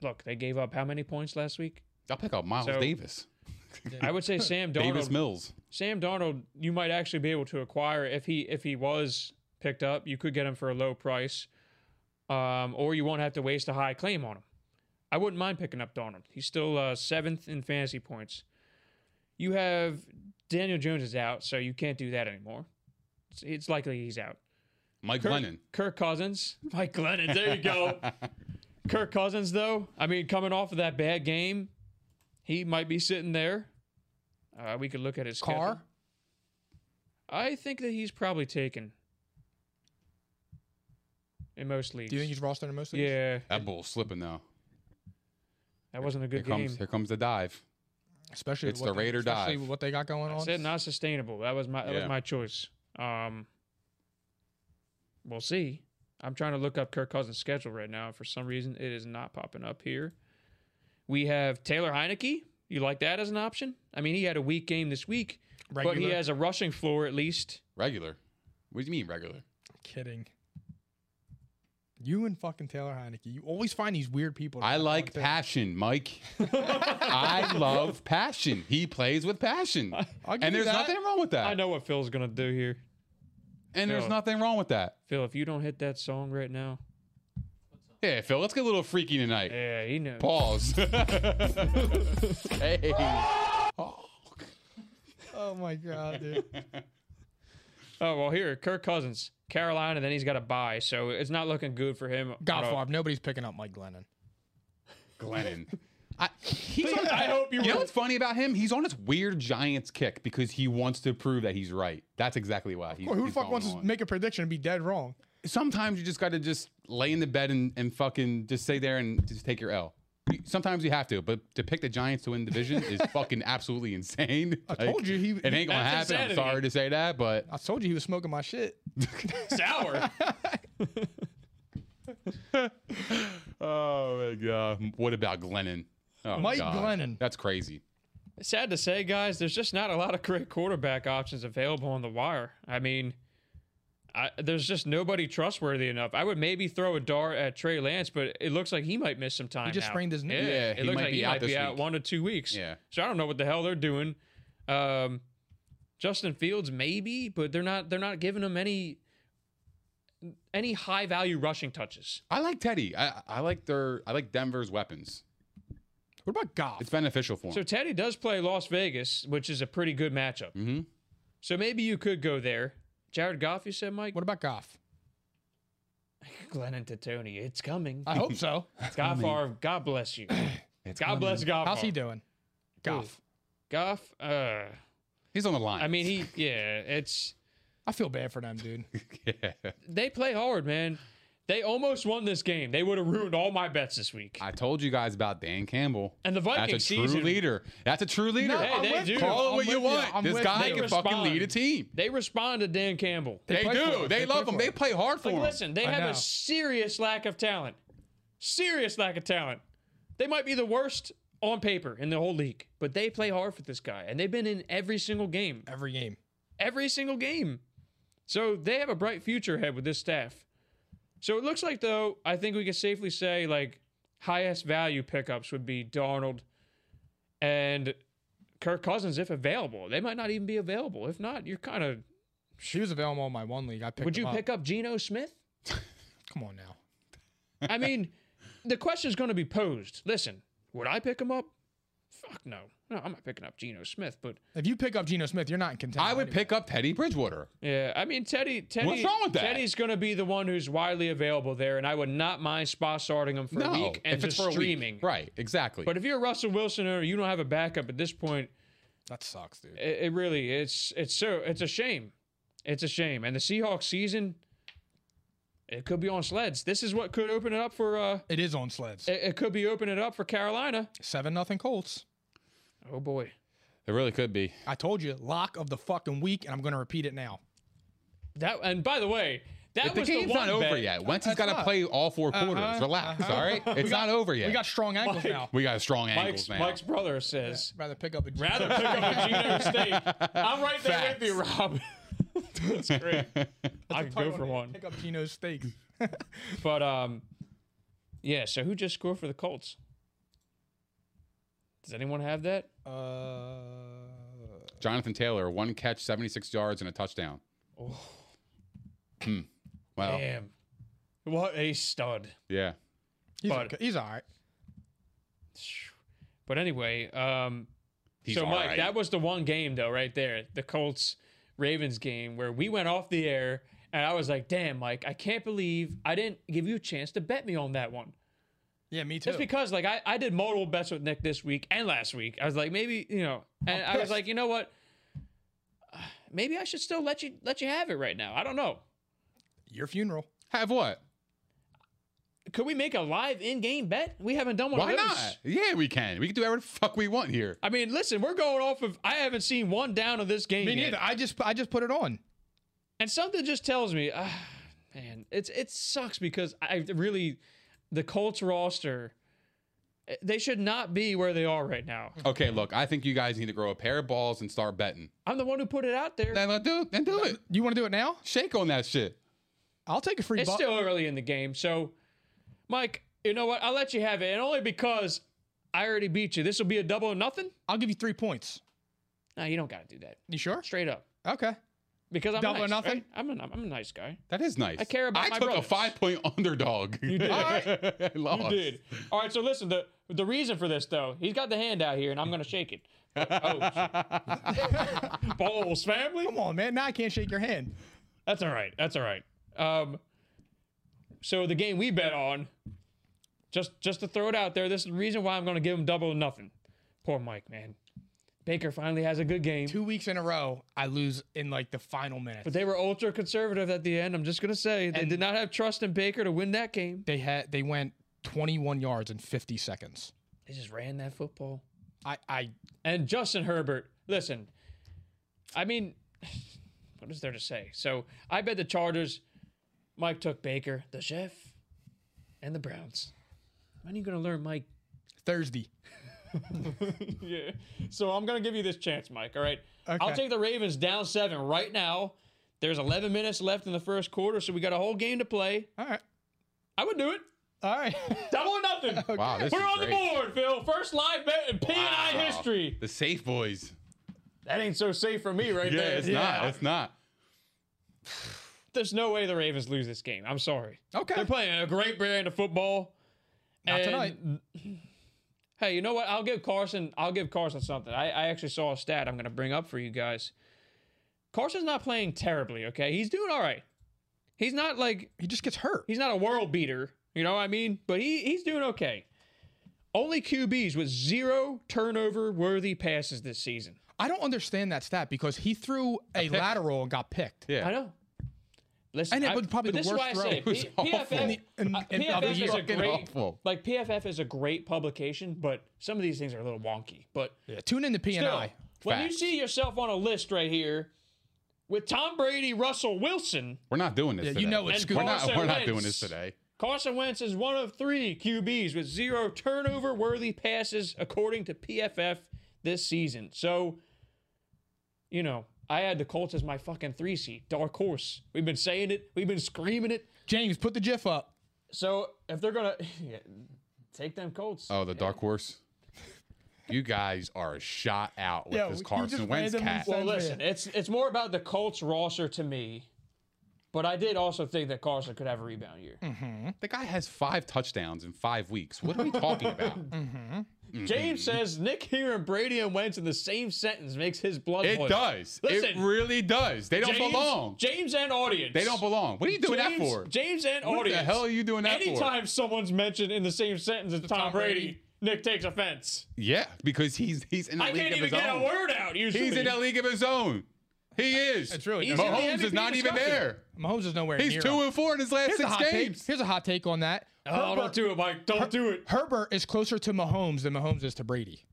look, they gave up how many points last week?
I'll pick up Miles
So-
Davis.
I would say Sam Darnold.
Davis Mills.
Sam Darnold, you might actually be able to acquire if he if he was picked up. You could get him for a low price. um, or you won't have to waste a high claim on him. I wouldn't mind picking up Donham. He's still uh, seventh in fantasy points. You have Daniel Jones is out, so you can't do that anymore. It's, it's likely he's out.
Mike
Kirk,
Lennon.
Kirk Cousins. Mike Glennon. There you go. Kirk Cousins, though. I mean, coming off of that bad game, he might be sitting there. Uh, we could look at his schedule.
Carr?
I think that he's probably taken in most leagues.
Do you think he's rostered in most leagues?
yeah,
That bull's slipping now.
that wasn't a
Here
good
comes
game.
here comes the dive.
Especially with
It's
what
the
they-
Raider
especially
dive.
with what they got going
I
on.
said not sustainable. That was my that
Yeah.
was my choice. Um, we'll see. I'm trying to look up Kirk Cousins' schedule right now. For some reason, it is not popping up here. We have Taylor Heineke. You like that as an option? I mean, he had a weak game this week, but he
Regular.
has a rushing floor at least.
Regular. What do you mean regular?
Kidding. You and fucking Taylor Heineke. You always find these weird people. to
I
have on
like
the-
passion, Mike. I love passion. He plays with passion.
I'll give
and
you
there's
that.
nothing wrong with that.
I know what Phil's gonna do here.
And there's
No.
nothing wrong with that.
Phil, if you don't hit that song right now,
Yeah, Phil, let's get a little freaky tonight.
yeah, he knows.
Pause. hey.
Oh my god, dude.
Oh well, here Kirk Cousins, Carolina. Then he's got a bye, so it's not looking good for him.
God,
I don't-
Favre, nobody's picking up Mike Glennon.
Glennon. I, he's on,
I hope you
You know
were-
what's funny about him? He's on this weird Giants kick because he wants to prove that he's right. That's exactly why. He's,
Well, who the
he's
fuck
going
wants
on.
to make a prediction and be dead wrong?
Sometimes you just got to just lay in the bed and, and fucking just stay there and just take your L. You- Sometimes you have to, but to pick the Giants to win the division is fucking absolutely insane.
I told you he-
it ain't gonna happen.
That's insanity.
I'm sorry to say that, but
I told you he was smoking my shit.
sour.
oh my god, what about Glennon? Oh,
Mike Glennon.
that's crazy.
Sad to say, guys, there's just not a lot of great quarterback options available on the wire. I mean, I, there's just nobody trustworthy enough. I would maybe throw a dart at Trey Lance, but it looks like he might miss some time.
just
out.
sprained his knee.
Yeah,
Yeah,
it
he
looks
might
like
be
he
out
might be
this
out
week.
one to two weeks.
Yeah.
So I don't know what the hell they're doing. Um, Justin Fields maybe, but they're not. They're not giving him any any high value rushing touches.
I like Teddy. I, I like their I like Denver's weapons.
What about Goff?
It's beneficial for him.
So Teddy does play Las Vegas, which is a pretty good matchup. Mm-hmm. So maybe you could go there. Jared Goff, you said, Mike.
What about Goff?
Glenn and Tony, it's coming.
I hope so.
God Favre, God bless you. God bless God.
How's he
Favre.
doing? Goff.
Goff, uh,
He's on the line.
I mean, he, yeah, it's
I feel bad for them, dude.
they play hard, man. They almost won this game. They would have ruined all my bets this week.
I told you guys about Dan Campbell.
And the Viking
That's a true
season-
leader. That's a true leader.
Hey, I'm they with do. you.
Call it
I'm
what you
with you.
want.
I'm
this
with
guy
you.
can
They
fucking
respond.
lead a team.
they respond to Dan Campbell.
They,
play for
do.
him.
They,
They
love
play
him.
for
They
him.
play hard for
Like,
him.
listen, they
I
have
know.
a serious lack of talent. Serious lack of talent. They might be the worst on paper in the whole league, but they play hard for this guy, and they've been in every single game.
Every game.
every single game. So they have a bright future ahead with this staff. So it looks like though, I think we can safely say like highest value pickups would be Darnold and Kirk Cousins if available. They might not even be available. If not, you're kind of
She was available in my one league. I picked
would
him
you
up.
pick up Geno Smith?
Come on now.
I mean, the question is going to be posed. Listen, would I pick him up? Fuck no. No, I'm not picking up Geno Smith, but
If you pick up Geno Smith, you're not in contention.
I would pick up Teddy Bridgewater.
Yeah, I mean Teddy. Teddy
wrong with that?
Teddy's going to be the one who's widely available there, and I would not mind spot starting him for
no,
a week and
if
just
it's for a
streaming.
week. right? Exactly.
But if you're Russell Wilson or you don't have a backup at this point,
That sucks, dude.
it, it really it's it's so it's a shame. It's a shame, and the Seahawks season it could be on sleds. This is what could open it up for. uh
It is on sleds.
It, it could be opening it up for Carolina.
Seven nothing Colts.
Oh boy,
it really could be.
I told you, lock of the fucking week, and I'm going to repeat it now.
that and by the way, that
But the
was
game's
the one
not over
bet- Uh-huh,
yet. Wentz has
It's
got to
not.
play all four quarters. Relax, all right? It's not over yet.
We got strong ankles now.
we got strong
Mike's,
angles now.
Mike's brother says.
Rather pick up a Geno.
Rather pick up a Geno State. I'm right there
Facts.
with you, Rob. That's great. I could go for one.
pick up Geno's steaks.
But um, yeah. So who just scored for the Colts? Does anyone have that?
Uh,
Jonathan Taylor, one catch, 76 yards, and a touchdown. Oh. Hmm. Well,
Damn. What a stud.
Yeah.
He's,
But-
okay. he's all right.
But anyway, um, so
all
Mike,
right.
that was the one game though, right there, the Colts Ravens game where we went off the air, and I was like, "Damn, Mike, I can't believe I didn't give you a chance to bet me on that one."
Yeah, me too.
Just because, like, I, I did multiple bets with Nick this week and last week. I was like, maybe you know, and I was
pissed.
like, you know what? Maybe I should still let you let you have it right now. I don't know.
Your funeral.
Have what?
Could we make a live in-game bet? We haven't done one
Why
of those.
not? Yeah, we can. We can do whatever the fuck we want here.
I mean, listen, we're going off of. I haven't seen one down of this game.
Me
yet.
neither. I just I just put it on.
And something just tells me, ah, man, it's it sucks because I really, the Colts roster, eh, they should not be where they are right now.
Okay, look, I think you guys need to grow a pair of balls and start betting.
I'm the one who put it out there.
Then let do then do it.
You want to do it now?
Shake on that shit.
I'll take a free.
It's
bu-
still early in the game, so Mike, you know what? I'll let you have it, and only because I already beat you. This will be a double or nothing.
I'll give you three points.
No, you don't got to do that.
You sure?
Straight up,
Okay.
because I'm
Double or
nice,
nothing?
right? I'm a, I'm a nice guy.
That is nice.
I care about
I
my
took a
brothers.
five point underdog. You did. I lost.
You did. All right, so listen, the the reason for this though, he's got the hand out here, and I'm gonna shake it. Oh, shit. balls, family.
Come on, man. Now I can't shake your hand.
That's all right. That's all right. Um, so the game we bet on, just just to throw it out there, this is the reason why I'm gonna give him double or nothing. Poor Mike, man. Baker finally has a good game,
Two weeks in a row, I lose in like the final minutes.
but they were ultra conservative at the end. I'm just gonna say they did not have trust in Baker to win that game.
they had they went 21 yards in 50 seconds.
They just ran that football.
I I
And Justin Herbert, listen, I mean, what is there to say? So I bet the Chargers, Mike took Baker, the chef, and the Browns. When are you going to learn, Mike?
Thursday.
Yeah. So I'm going to give you this chance, Mike. All right. I'll
Okay.
take the Ravens down seven right now. There's 11 minutes left in the first quarter, so we got a whole game to play.
All right.
I would do it.
All right.
Double or nothing.
Wow, this
We're
is
on
great.
the board, Phil. First live bet in P&I
Wow.
history.
The safe boys.
That ain't so safe for me right
Yeah,
there.
it's not. It's not.
there's no way the Ravens lose this game. I'm sorry.
Okay.
They're playing a great brand of football.
Not
And-
tonight.
Hey, you know what? I'll give Carson. I'll give Carson something. I, I actually saw a stat I'm going to bring up for you guys. Carson's not playing terribly. Okay, he's doing all right. He's not like
He just gets hurt.
he's not a world beater. You know what I mean? But he he's doing okay. Only QBs with zero turnover worthy passes this season.
I don't understand that stat because he threw a, lateral and got picked.
Yeah.
I know. Listen,
And it
I-
was probably
but
the
this is
worst
why I
throw.
say
It was
P- PFF,
awful.
And-
uh,
and
PFF is a
E fucking
great,
awful.
like PFF is a great publication, but some of these things are a little wonky. But
Tune in to P and
still,
I.
when you
Facts.
see yourself on a list right here with Tom Brady, Russell Wilson,
We're not doing this
Yeah, you
today.
know it's
And
good.
We're not,
Carson
we're not
Wentz.
doing this today.
Carson Wentz is one of three QBs with zero turnover worthy passes, according to PFF this season. So, you know, I had the Colts as my fucking three seed, dark horse. We've been saying it, we've been screaming it.
James, put the GIF up.
So if they're gonna yeah, take them Colts,
Oh, the dark horse. You guys are a shot out with
Yeah,
this
you
Carson
just
Wentz
randomly
cat.
said-
well, listen, it's it's more about the Colts roster to me. But I did also think that Carson could have a rebound year.
Mm-hmm. the guy has five touchdowns in five weeks. What are we talking about?
James says Nick here and Brady and Wentz in the same sentence makes his blood.
it
boil.
does.
Listen,
it really does. They don't
James,
belong.
James and audience.
They don't belong. What are you doing
James,
that for?
James and
What the
audience.
hell are you doing that for?
Anytime someone's mentioned in the same sentence as Tom,
Tom
Brady,
Brady.
Nick takes offense.
Yeah, because he's he's in a
I
league
can't
of
even
his
get
own.
a word out usually.
He's in a league of his own. He is.
It's really
He's
dumb.
in the
Mahomes is
MVP
not even
discussion.
there.
Mahomes is nowhere
He's
near.
two
him.
and four in his last
Here's a
six
hot
games.
take. Here's a hot take on that.
Oh, don't do it, Mike. Don't do it.
Herbert is closer to Mahomes than Mahomes is to Brady.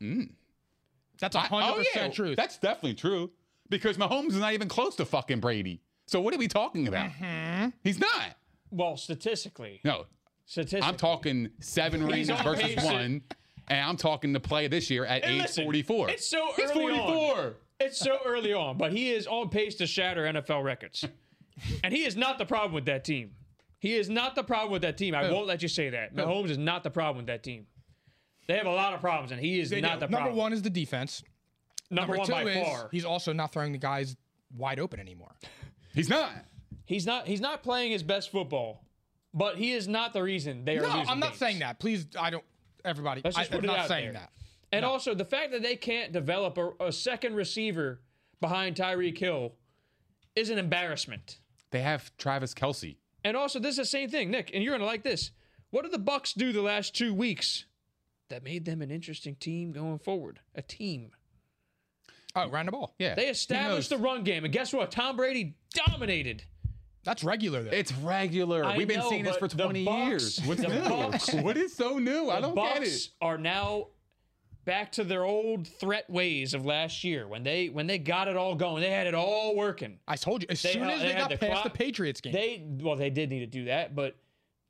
That's a
I-
hundred
oh yeah,
percent truth.
that's definitely true. Because Mahomes is not even close to fucking Brady. So what are we talking about?
Mm-hmm.
He's not.
Well, statistically,
No,
statistically,
I'm talking seven rings
on
versus
pace.
one, and I'm talking the play this year at
And
age
listen,
44.
it's so
He's
early on.
44.
It's so early on, but he is on pace to shatter NFL records, and he is not the problem with that team. He is not the problem with that team. I won't let you say that. Mahomes is not the problem with that team. They have a lot of problems, and he is
They
not
do.
the
Number
problem.
one is the defense.
number,
Number
one
two
by
is
far.
he's also not throwing the guys wide open anymore.
He's not.
He's not. He's not playing his best football, but he is not the reason they are.
No,
losing
I'm not
games.
saying that. Please, I don't. Everybody,
Let's
I,
just
am
put it
not
out
saying
there.
that.
And also the fact that they can't develop a, a second receiver behind Tyreek Hill is an embarrassment.
They have Travis Kelsey.
And also, this is the same thing, Nick. And you're gonna like this. What did the Bucks do the last two weeks that made them an interesting team going forward? A team.
Oh, round the ball.
Yeah.
They
Who
established the
knows?
run game, and guess what? Tom Brady dominated.
That's regular though.
It's regular.
I
We've been
know,
seeing this for
but the
20
Bucs-
years. What's
the
new?
Bucs-
what is so new? I
The
don't
Bucks
get it.
are now back to their old threat ways of last year when they when they got it all going. They had it all working.
I told you. As
They-
soon as
they
they,
had
got
the
past the
clock.
Patriots game,
They well, they did need to do that, but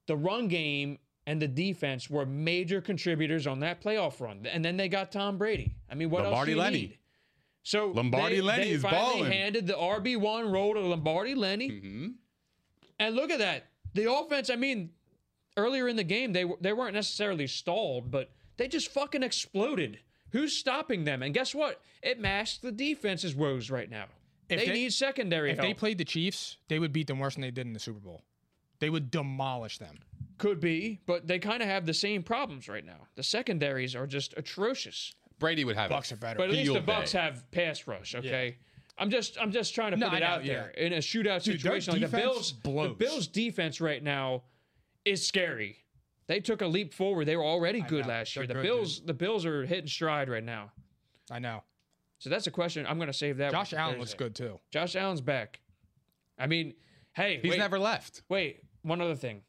the run game and the defense were major contributors on that playoff run. And then they got Tom Brady. I mean, what
Lombardi
else do you
Lenny.
need? So
Lombardi
they,
Lenny
they
is
finally
balling. Mm-hmm.
handed the RB one role to Lombardi Lenny, and look at that. The offense. I mean, earlier in the game they w- they weren't necessarily stalled, but they just fucking exploded. Who's stopping them? And guess what? It masks the defense's woes right now.
If
they,
they-
need secondary
if
help.
they played the Chiefs, they would beat them worse than they did in the Super Bowl. They would demolish them.
Could be, but they kind of have the same problems right now. The secondaries are just atrocious.
Brady would have
Bucks
it.
are better.
But at least the
Field
Bucks
day.
have pass rush. Okay, I'm just I'm just trying to
No,
put
I
it
know,
out there in a shootout
Dude, their
situation. like the
defense
Bills, the
blows.
Bills defense right now is scary. They took a leap forward. They were already good
know.
last
They're
year. The
good,
Bills, the Bills are hitting stride right now.
I know.
So that's a question. I'm going to save that. one
Josh
for
Allen looks
Thursday.
good too.
Josh Allen's back. I mean, hey,
He's
wait,
never left.
Wait, one other thing.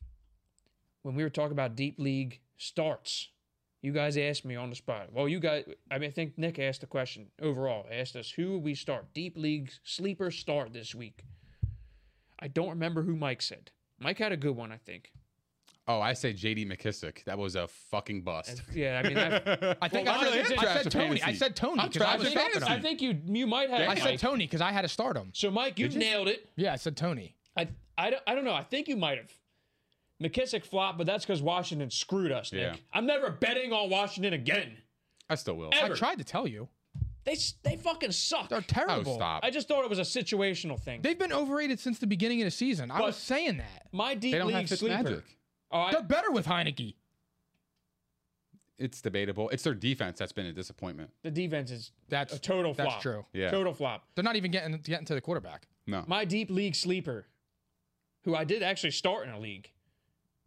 When we were talking about deep league starts, you guys asked me on the spot. Well, you guys, I mean, I think Nick asked the question overall, asked us who would we start deep league sleeper start this week. I don't remember who Mike said. Mike had a good one, I think.
Oh, I say J.D. McKissick. That was a fucking bust.
Yeah, I mean, that,
I think
Well,
I,
I'm
said,
really
I
interested
said Tony. I
fantasy.
said Tony
I'm
because I
trash
was
at
talking
fantasy.
I
him.
think you you might have.
Yeah,
I
it,
said
Mike.
Tony because I had to start him.
So, Mike, you nailed it.
Yeah, I said Tony.
I, I, don't, I don't know. I think you might have. McKissick flopped, but that's because Washington screwed us, Nick.
Yeah.
I'm never betting on Washington again.
I still will.
Ever.
I tried to tell you.
They s- they fucking suck.
They're terrible.
Oh, stop.
I just thought it was a situational thing.
They've been overrated since the beginning of the season. I
But-
was saying that.
My deep
They don't have
league
Fitz
sleeper.
magic.
Oh, I-
They're better with Heineke.
It's debatable. It's their defense that's been a disappointment.
the defense is
That's-
a total
that's
flop.
true.
Yeah.
Total flop.
They're not even getting getting to the quarterback.
No.
My deep league sleeper, who I did actually start in a league,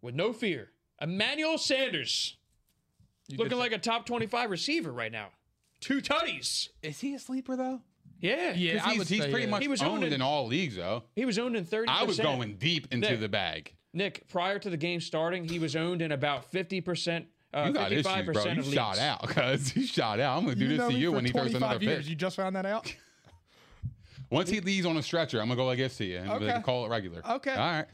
with no fear, Emmanuel Sanders, looking like a top twenty-five receiver right now. Two tutties.
Is he a sleeper though?
Yeah.
Yeah.
He's,
I would
he's
say, uh,
pretty
yeah.
much
He was
owned
owned in-
in all leagues though.
He was owned in thirty.
I was going deep into
There.
the bag.
Nick prior to the game starting. He was owned in about fifty percent. Uh,
You got
Fifty-five
issues, bro.
percent
You
of leagues.
shot out, cuz you shot out. I'm gonna do this to you when he throws another pitch.
You just found that out.
Once he leaves on a stretcher, I'm gonna go like this to you and be like,
Okay.
call it regular.
Okay.
All right.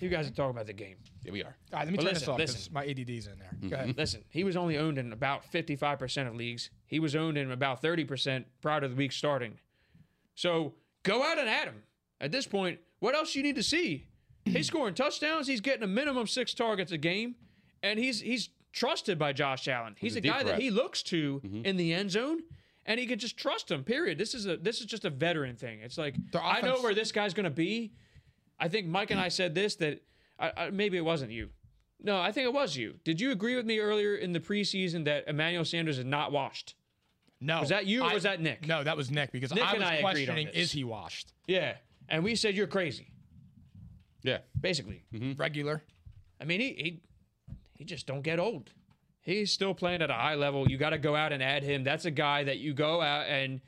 You guys are talking about the game.
Yeah, we are.
All right, let me
But
turn
listen,
this off because
listen.
my ADD's in there. Go ahead.
Listen, he was only owned in about 55% of leagues. He was owned in about 30% prior to the week starting. So go out and at him. At this point, what else you need to see? He's scoring touchdowns. He's getting a minimum six targets a game, and he's he's trusted by Josh Allen. He's,
a
a,
deep
guy
threat.
that he looks to in the end zone, and he can just trust him. Period. This is a this is just a veteran thing. It's like
Their
I know
offense-
where this guy's going to be. I think Mike and I said this that I, I, maybe it wasn't you. No, I think it was you. Did you agree with me earlier in the preseason that Emmanuel Sanders is not washed?
No.
Was that you or was that Nick?
No, that was Nick because
Nick
I
and
was
I agreed on
questioning
this.
is he washed?
Yeah, and we said you're crazy,
Yeah.
basically.
Regular.
I mean, he he he just don't get old. He's still playing at a high level. You got to go out and add him. That's a guy that you go out and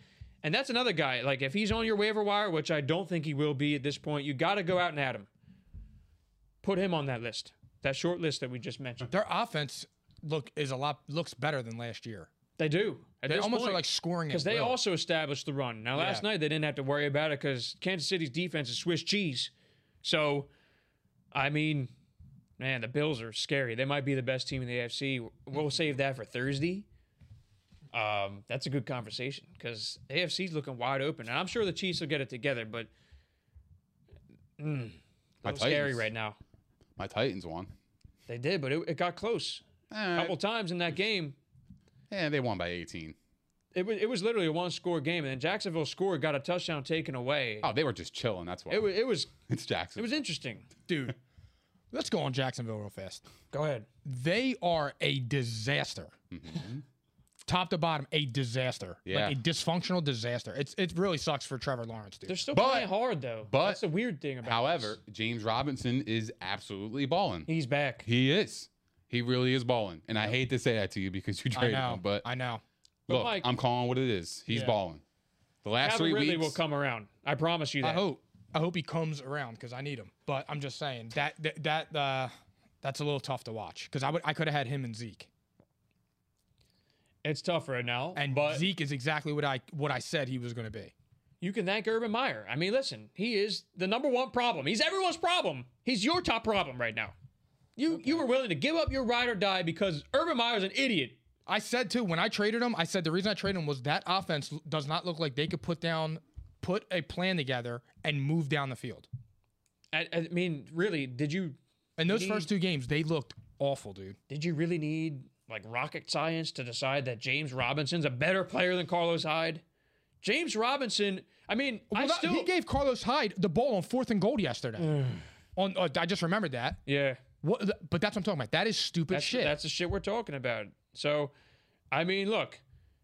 and that's another guy. Like if he's on your waiver wire, which I don't think he will be at this point, you got to go out and add him. Put him on that list. That short list that we just mentioned.
Their offense look is a lot looks better than last year.
They do. At
They
this
almost
point.
are like scoring at
because they
will.
also established the run. Now last
Yeah.
night they didn't have to worry about it because Kansas City's defense is Swiss cheese. So, I mean, man, the Bills are scary. They might be the best team in the AFC. We'll save that for Thursday. Um, that's a good conversation because AFC's looking wide open, and I'm sure the Chiefs will get it together. But
My
it's scary
Titans.
right now.
My Titans won.
They did, but it, it got close
Eh,
a couple times in that game.
yeah, they won by 18.
It was it was literally a one score game, and then Jacksonville scored, got a touchdown taken away.
Oh, they were just chilling. That's why.
It was it was
it's Jackson.
it was interesting.
dude. Let's go on Jacksonville real fast.
Go ahead.
They are a disaster,
Mm-hmm.
top to bottom, a disaster.
Yeah.
like a dysfunctional disaster. It's it really sucks for Trevor Lawrence, dude.
They're still
But-
playing hard though.
but-
that's the weird thing about.
However,
this.
James Robinson is absolutely balling.
he's back.
He is. He really is balling. And I hate to say that to you because you
I
traded
know,
him, but
I know.
look,
Mike-
I'm calling what it is. He's
Yeah.
balling. The last
Calvin
three
Ridley
weeks
will come around. I promise you that.
I hope I hope he comes around because I need him. But I'm just saying that that, that uh, that's a little tough to watch because I would I could have had him and Zeke,
It's tough right now.
and
but
Zeke is exactly what I what I said he was going to be.
you can thank Urban Meyer. I mean, listen, he is the number one problem. He's everyone's problem. He's your top problem right now. You you were willing to give up your ride or die because Urban Meyer's an idiot.
I said too when I traded him. I said the reason I traded him was that offense l- does not look like they could put down, put a plan together and move down the field.
I, I mean, really, did you
And those
Need-
first two games, they looked awful, dude.
did you really need like rocket science to decide that James Robinson's a better player than Carlos Hyde? James Robinson. I mean, I
Well, that-
still
he gave Carlos Hyde the ball on fourth and goal yesterday. on uh, I just remembered that.
yeah.
What? th- But that's what I'm talking about. That is stupid
That's
shit.
That's the shit we're talking about. So, I mean, look,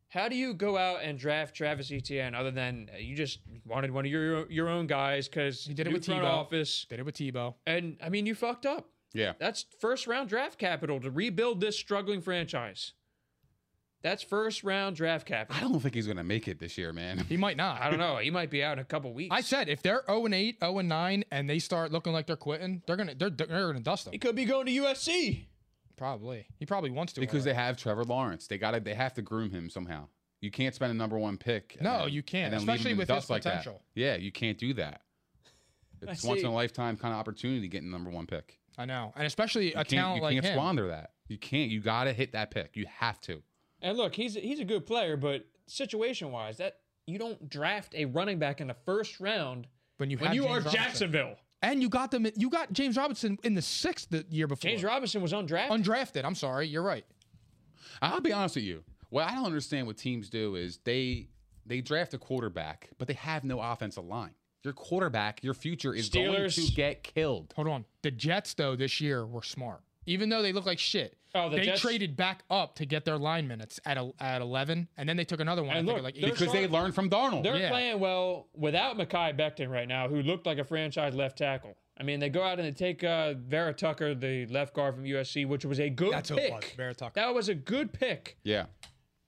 how do you go out and draft Travis Etienne other than uh, you just wanted one of your your own guys because he
did it with
front
Tebow.
office?
Did it with Tebow.
And I mean, you fucked up.
Yeah.
That's first round draft capital to rebuild this struggling franchise. That's first round draft
I
capital.
don't think he's gonna make it this year, man.
He might not.
I don't know. He might be out in a couple weeks.
I said if they're 0 and 8, 0 and 9, and they start looking like they're quitting, they're gonna they're, they're gonna dust them.
he could be going to USC.
Probably. He probably wants to
Because they
already.
have Trevor Lawrence. They gotta they have to groom him somehow. You can't spend a number one pick. and
No,
then-
you can't,
and then leave him
especially
in
with his
dust like that.
potential.
Yeah, you can't do that. It's once in a
see.
lifetime kind of opportunity getting number one pick.
I know, and especially a
You can't,
talent
you
like
can't
him.
squander that. You can't. You gotta hit that pick. You have to.
And look, he's he's a good player, but situation wise, that you don't draft a running back in the first round
When you
when
have
you
James
are
Robinson.
Jacksonville.
and you got them. You got James Robinson in the sixth the year before.
James Robinson was undrafted.
undrafted. I'm sorry, you're right.
I'll be honest with you. What I don't understand what teams do is they they draft a quarterback, but they have no offensive line. Your quarterback, your future is going
Steelers.
to get killed.
Hold on. The Jets though this year were smart, even though they look like shit.
Oh, the
they
Jets-
traded back up to get their line minutes at a, at 11, and then they took another one.
And
I think,
look,
like
they're
eight.
Because they learned from Darnold.
They're
Yeah.
playing well without Makai Becton right now, who looked like a franchise left tackle. I mean, they go out and they take uh, Vera Tucker, the left guard from USC, which was a good
That's who
pick.
it was, Vera Tucker.
That was a good pick.
yeah.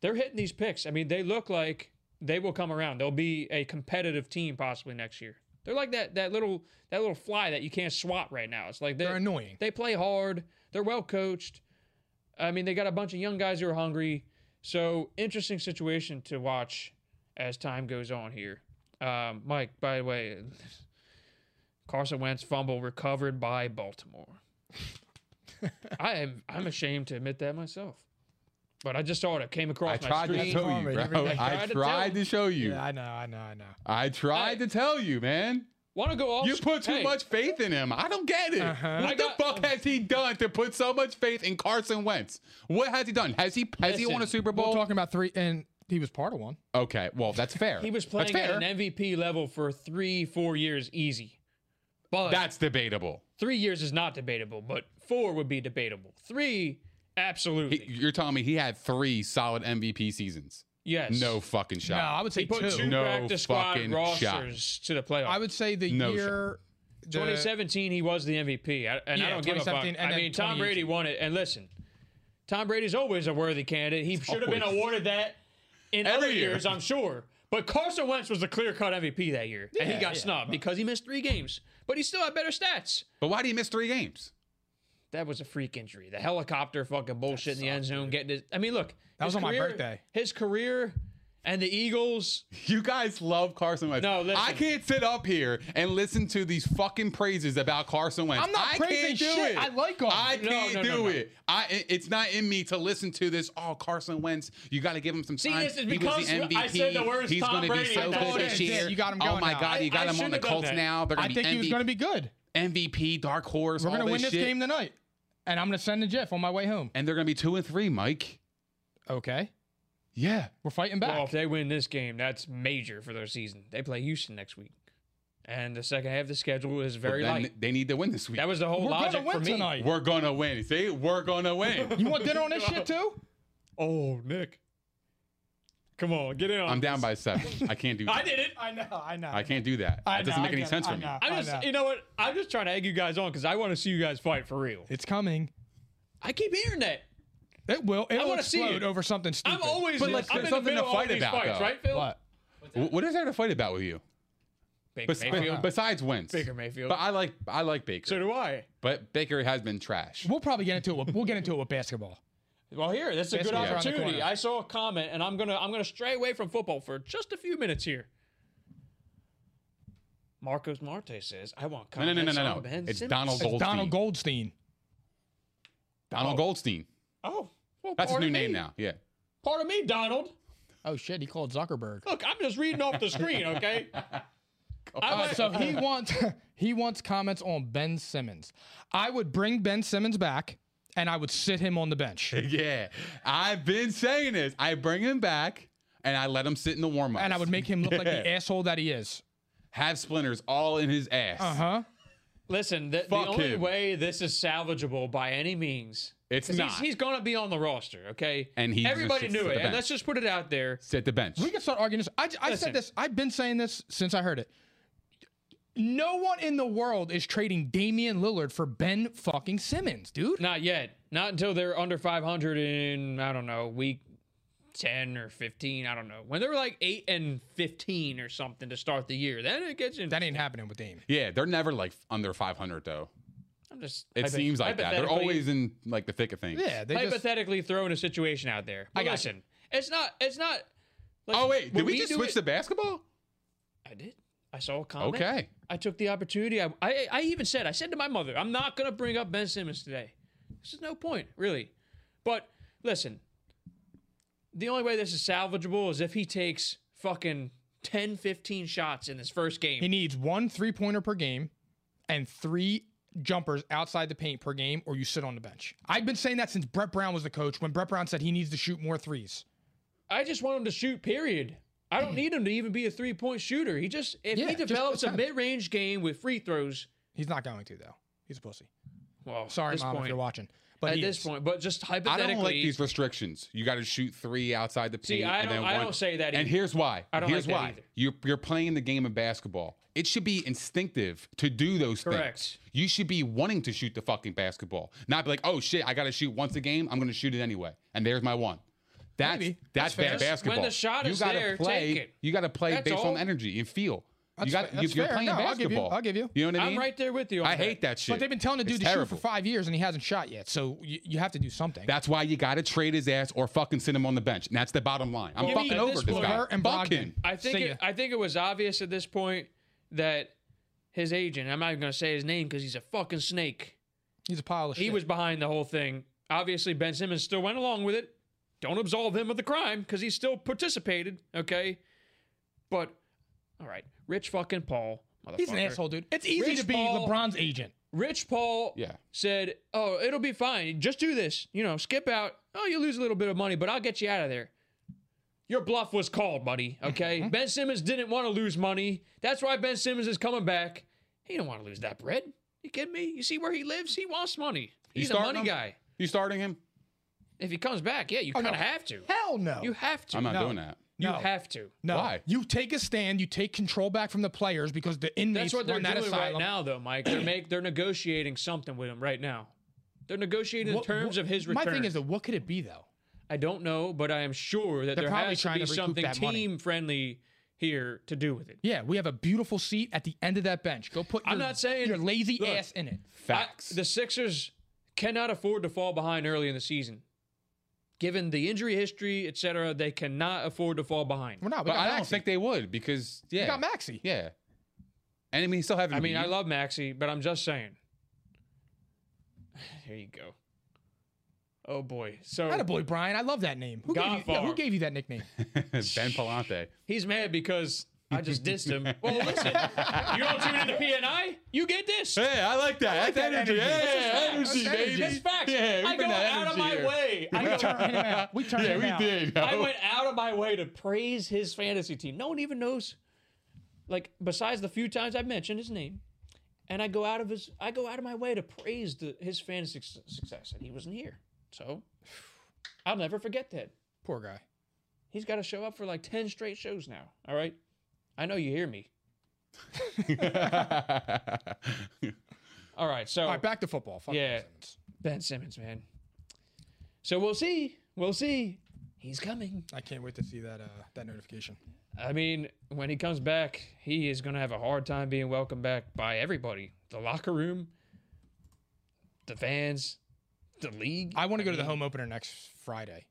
They're hitting these picks. I mean, they look like they will come around. They'll be a competitive team possibly next year. They're like that that little that little fly that you can't swat right now. It's like they,
They're annoying.
They play hard. They're well coached. I mean, they got a bunch of young guys who are hungry. So interesting situation to watch as time goes on here. Um, Mike, by the way, Carson Wentz fumble recovered by Baltimore. I am I'm ashamed to admit that myself, but I just saw it. It came across my
I tried to
screen.
show you,
Every
bro.
day.
I
Tried to
tried
tell
to show you.
Yeah, I know, I know, I know.
I tried to tell you, man.
Want to go off?
You put too
hey, Uh-huh.
much faith in him. I don't get it. What
I
the
got-
fuck has he done to put so much faith in Carson Wentz? What has he done? Has he has he won a
Listen,
Super Bowl?
We're talking about three, and he was part of one.
okay, well that's fair.
He was
that's
playing at
fair.
an MVP level for three, four years easy. But
that's debatable.
three years is not debatable, but four would be debatable. Three, absolutely.
He- you're telling me he had three solid MVP seasons?
yes.
No fucking
No,
shot.
I would say
He put
two.
two
No
practice squad
fucking
rosters
shot.
to the playoffs.
I would say the
No
year. the-
2017, he was the MVP, I- and I
Yeah,
don't give a fuck.
2017, and
I
then
mean, Tom
2018.
Brady won it, and listen, Tom Brady's always a worthy candidate. He should have been
Always.
awarded that in
Every
other
year.
years, I'm sure. But Carson Wentz was the clear-cut MVP that year, and he got snubbed because he missed three games. But he still had better stats.
But why do you miss three games?
That was a freak injury. The helicopter fucking bullshit in the end zone. Getting his, I mean, look. That
was on my birthday.
His career and the Eagles.
You guys love Carson Wentz.
No, listen.
I can't sit up here and listen to these fucking praises about Carson Wentz.
I'm not
I
praising
can't do
shit.
it.
I like him.
I
No,
can't
no,
do
no, no.
it. I it- it's not in me to listen to this. Oh, Carson Wentz, you got to give him some
See,
time.
this is
He was
because I said the words
He's
Tom
gonna
Brady.
be so
That's all
good
it
this
is.
year.
You got him
oh
going
my
now.
god, you
I- I
got him
shouldn't
on the
have done
Colts
that.
now. They're gonna
I think he was going to be good.
MVP, dark horse.
We're going
all
to win this
shit.
game tonight, and I'm going to send a GIF on my way home.
and they're gonna be two and three, Mike.
Okay.
Yeah.
We're fighting back.
Well, if they win this game, that's major for their season. They play Houston next week, and the second half of the schedule is very
Then
light.
They need to win this week.
That was the whole
we're
logic
gonna win
for me.
tonight.
We're gonna win. See, we're gonna win.
You want dinner on this shit too?
Oh, Nick, come on, get in on.
I'm
this.
down by seven. I can't do
I
that.
did it.
I know. I know.
I can't do that.
I
That
know,
doesn't make
I
any
get it,
sense
I
for me.
know.
I'm just,
know.
you know what? I'm just trying to egg you guys on because I want to see you guys fight for real.
It's coming.
I keep hearing that.
It will. It
I
will
wanna see
explode
it.
over something stupid.
I'm always.
But, like,
I'm
there's
in the
something to
middle of
fight
all these
about,
fights,
though.
right, Phil?
What?
Wh- What is there to fight about with you?
Baker
Bes-
Mayfield.
besides Wentz,
Baker Mayfield.
But I like I like Baker.
so do I.
but Baker has been trash.
We'll probably get into it. with- We'll get into it with basketball.
Well, here, that's a good
Basketball's around the
opportunity.
corner.
I saw a comment, and I'm gonna I'm gonna stray away from football for just a few minutes here. Marcos Marte says, "I want
No, no,
comments
no, no,
on
no, no.
Ben
It's
Simmons."
Donald
It's
Goldstein.
Donald Goldstein.
Donald Goldstein.
Oh, well,
That's his
part
new
of
name
me.
now. Yeah.
Part of me, Donald.
Oh shit! He called Zuckerberg.
Look, I'm just reading off the screen, okay? I went,
So he wants he wants comments on Ben Simmons. I would bring Ben Simmons back, and I would sit him on the bench,
Yeah. I've been saying this. I bring him back and I let him sit in the warm up.
and I would make him look like the asshole that he is.
have splinters all in his ass.
Uh huh.
listen. The, the
Fuck
only
him.
way this is salvageable by any means,
It's
'cause He's,
not.
he's gonna be on the roster, okay?
And he just
everybody
sits
knew
at the
it. And
bench.
let's just put it out there.
Sit the bench.
We can start arguing this. I, I
Listen.
said this. I've been saying this since I heard it. No one in the world is trading Damian Lillard for Ben fucking Simmons, dude.
Not yet. Not until they're under 500 in I don't know week 10 or 15. I don't know when they were like eight and 15 or something to start the year. Then it gets in.
That ain't happening with Dame.
yeah, they're never like under 500 though.
I'm just.
It
hypo-
seems like that. They're
hypothetically-
always in like the thick of things.
Yeah, they just.
hypothetically throwing a situation out there. But
I got
listen, it's not. It's not. like,
Oh wait, did
when
we, just
do
switch
it-
to basketball?
I did. I saw a comment.
Okay.
I took the opportunity. I, I I even said I said to my mother, I'm not gonna bring up Ben Simmons today. This is no point, really. But listen, the only way this is salvageable is if he takes fucking 10, 15 shots in this first game.
He needs one three pointer per game and three jumpers outside the paint per game, or you sit on the bench. I've been saying that since Brett Brown was the coach when Brett Brown said he needs to shoot more threes.
I just want him to shoot, period. I don't need him to even be a three point shooter. He just if
Yeah,
he
just
develops a
attack.
mid range game with free throws,
He's not going to, though. He's a pussy.
well
Sorry,
this
mom,
point,
if you're watching. But
at
he
this
is.
point, but just
I
hypothetically,
don't like these restrictions. You got to shoot three outside the paint.
See, I
and then
don't- I
one-
don't say that either.
And here's why.
I don't
here's
like that
why.
either.
You're you're playing the game of basketball. It should be instinctive to do those
Correct.
things. You should be wanting to shoot the fucking basketball, not be like, oh shit, I got to shoot once a game. I'm gonna shoot it anyway, and there's my one. That's
Maybe.
that's,
That's
bad
fair.
basketball.
When the shot
you
is
gotta
there,
play.
take it.
You got to play
That's
based
all.
on energy and feel.
That's
you got
fa- that's
you're
fair.
playing
No, I'll give you-
basketball.
I'll give you.
You know what I
I'm
mean?
right there with you. on
I hate that shit.
But they've been telling the dude
It's
to shoot
terrible.
for five years and he hasn't shot yet. So you, you have to do something.
That's why you gotta trade his ass or fucking sit him on the bench. And that's the bottom line. I'm
Well,
fucking
at
over
this
this,
point-
guy.
Levert and
Fuck
Brogdon.
him.
I think
See
it,
ya.
I think it was obvious at this point that his agent, I'm not even gonna say his name because he's a fucking snake.
He's a pile of shit.
He was behind the whole thing. Obviously, Ben Simmons still went along with it. Don't absolve him of the crime because he still participated. Okay, but all right, Rich fucking Paul, motherfucker.
He's an asshole, dude. It's easy
Rich
to be
Paul-
LeBron's agent.
Rich Paul
Yeah.
said, "Oh, it'll be fine. Just do this. You know, skip out. Oh, you lose a little bit of money, but I'll get you out of there." Your bluff was called, buddy. Okay,
Mm-hmm.
Ben Simmons didn't want to lose money. That's why Ben Simmons is coming back. He don't want to lose that bread. You kidding me? You see where he lives? He wants money.
You
He's a
starting
money
him?
guy.
You starting him?
If he comes back, yeah, you
Oh,
kind of
no.
have to.
Hell no.
You have to.
I'm not
No.
doing that.
You
No.
have to.
no.
Why?
You take a stand. You take control back from the players because the inmates
That's what they're
run that
doing
asylum.
right now, though, Mike. They're make they're negotiating something with him right now. They're negotiating
What-
the terms
what-
of his return.
My thing is, that what could it be though?
I don't know, but I am sure that
They're
there
probably
has to
trying
be
to recoup
something
that money.
team friendly here to do with it.
Yeah, we have a beautiful seat at the end of that bench. Go put. Your,
I'm not saying-
your lazy
Look.
ass in it.
Facts.
I- the Sixers cannot afford to fall behind early in the season. Given the injury history, et cetera, they cannot afford to fall behind.
We're not. We
but
got
I don't
Maxey.
think they would because yeah,
we got Maxi.
Yeah, and I mean, he still haven't.
I mean, I
beat.
love Maxi, but I'm just saying. Here you go. Oh boy. So
Attaboy, Brian. I love that name. Who, gave you, yeah,
Godfather.
who gave you that nickname?
Ben Palante.
he's mad because I just dissed him. Well, listen, you don't tune into PNI, you get this.
Hey, I like that.
like
that's
that
energy.
energy.
Yeah,
That's
energy,
facts.
baby.
That's
Facts.
Yeah, we
I go
bring that
out of
energy
my
here.
way. I, go,
turned him out. We turned
Yeah,
him
we
out.
did.
I
yo.
went out of my way to praise his fantasy team. No one even knows, like, besides the few times I mentioned his name. And I go out of his, I go out of my way to praise the, his fantasy su- success, and he wasn't here. So, I'll never forget that.
Poor guy.
He's got to show up for like ten straight shows now. All right, I know you hear me. All right, so
All right, back to football. Fuck
Yeah. Ben
Ben Simmons.
Simmons, man. So we'll see. We'll see. He's coming.
I can't wait to see that uh, that notification.
I mean, when he comes back, he is going to have a hard time being welcomed back by everybody. The locker room, the fans, the league.
I want to go to the home opener next Friday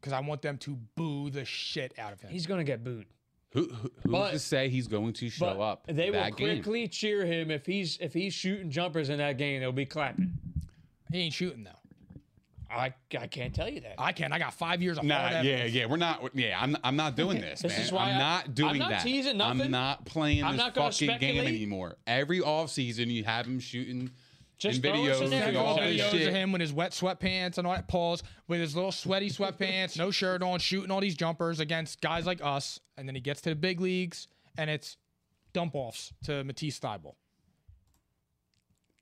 because I want them to boo the shit out of him.
He's going to get booed.
Who, who, who's
But-
to say he's going to show
But
up?
They will
that game?
quickly cheer him if he's if he's shooting jumpers in that game. They'll be clapping.
he ain't shooting though.
I I can't tell you that.
I can. I got five years of hard
Nah, yeah,
evidence.
yeah, we're not. Yeah, I'm. I'm not doing this,
This
man.
is why
I'm
I-
not doing
I'm not
that.
teasing nothing.
I'm not playing
I'm
this
not gonna
fucking game
speculate.
anymore. Every offseason, you have him shooting
Just throw
in
a
videos,
scenario
and
Send
all
out
this
videos
shit.
of him with his wet sweatpants and all that pause with his little sweaty sweatpants, no shirt on, shooting all these jumpers against guys like us, and then he gets to the big leagues and it's dump offs to Matisse Thybul.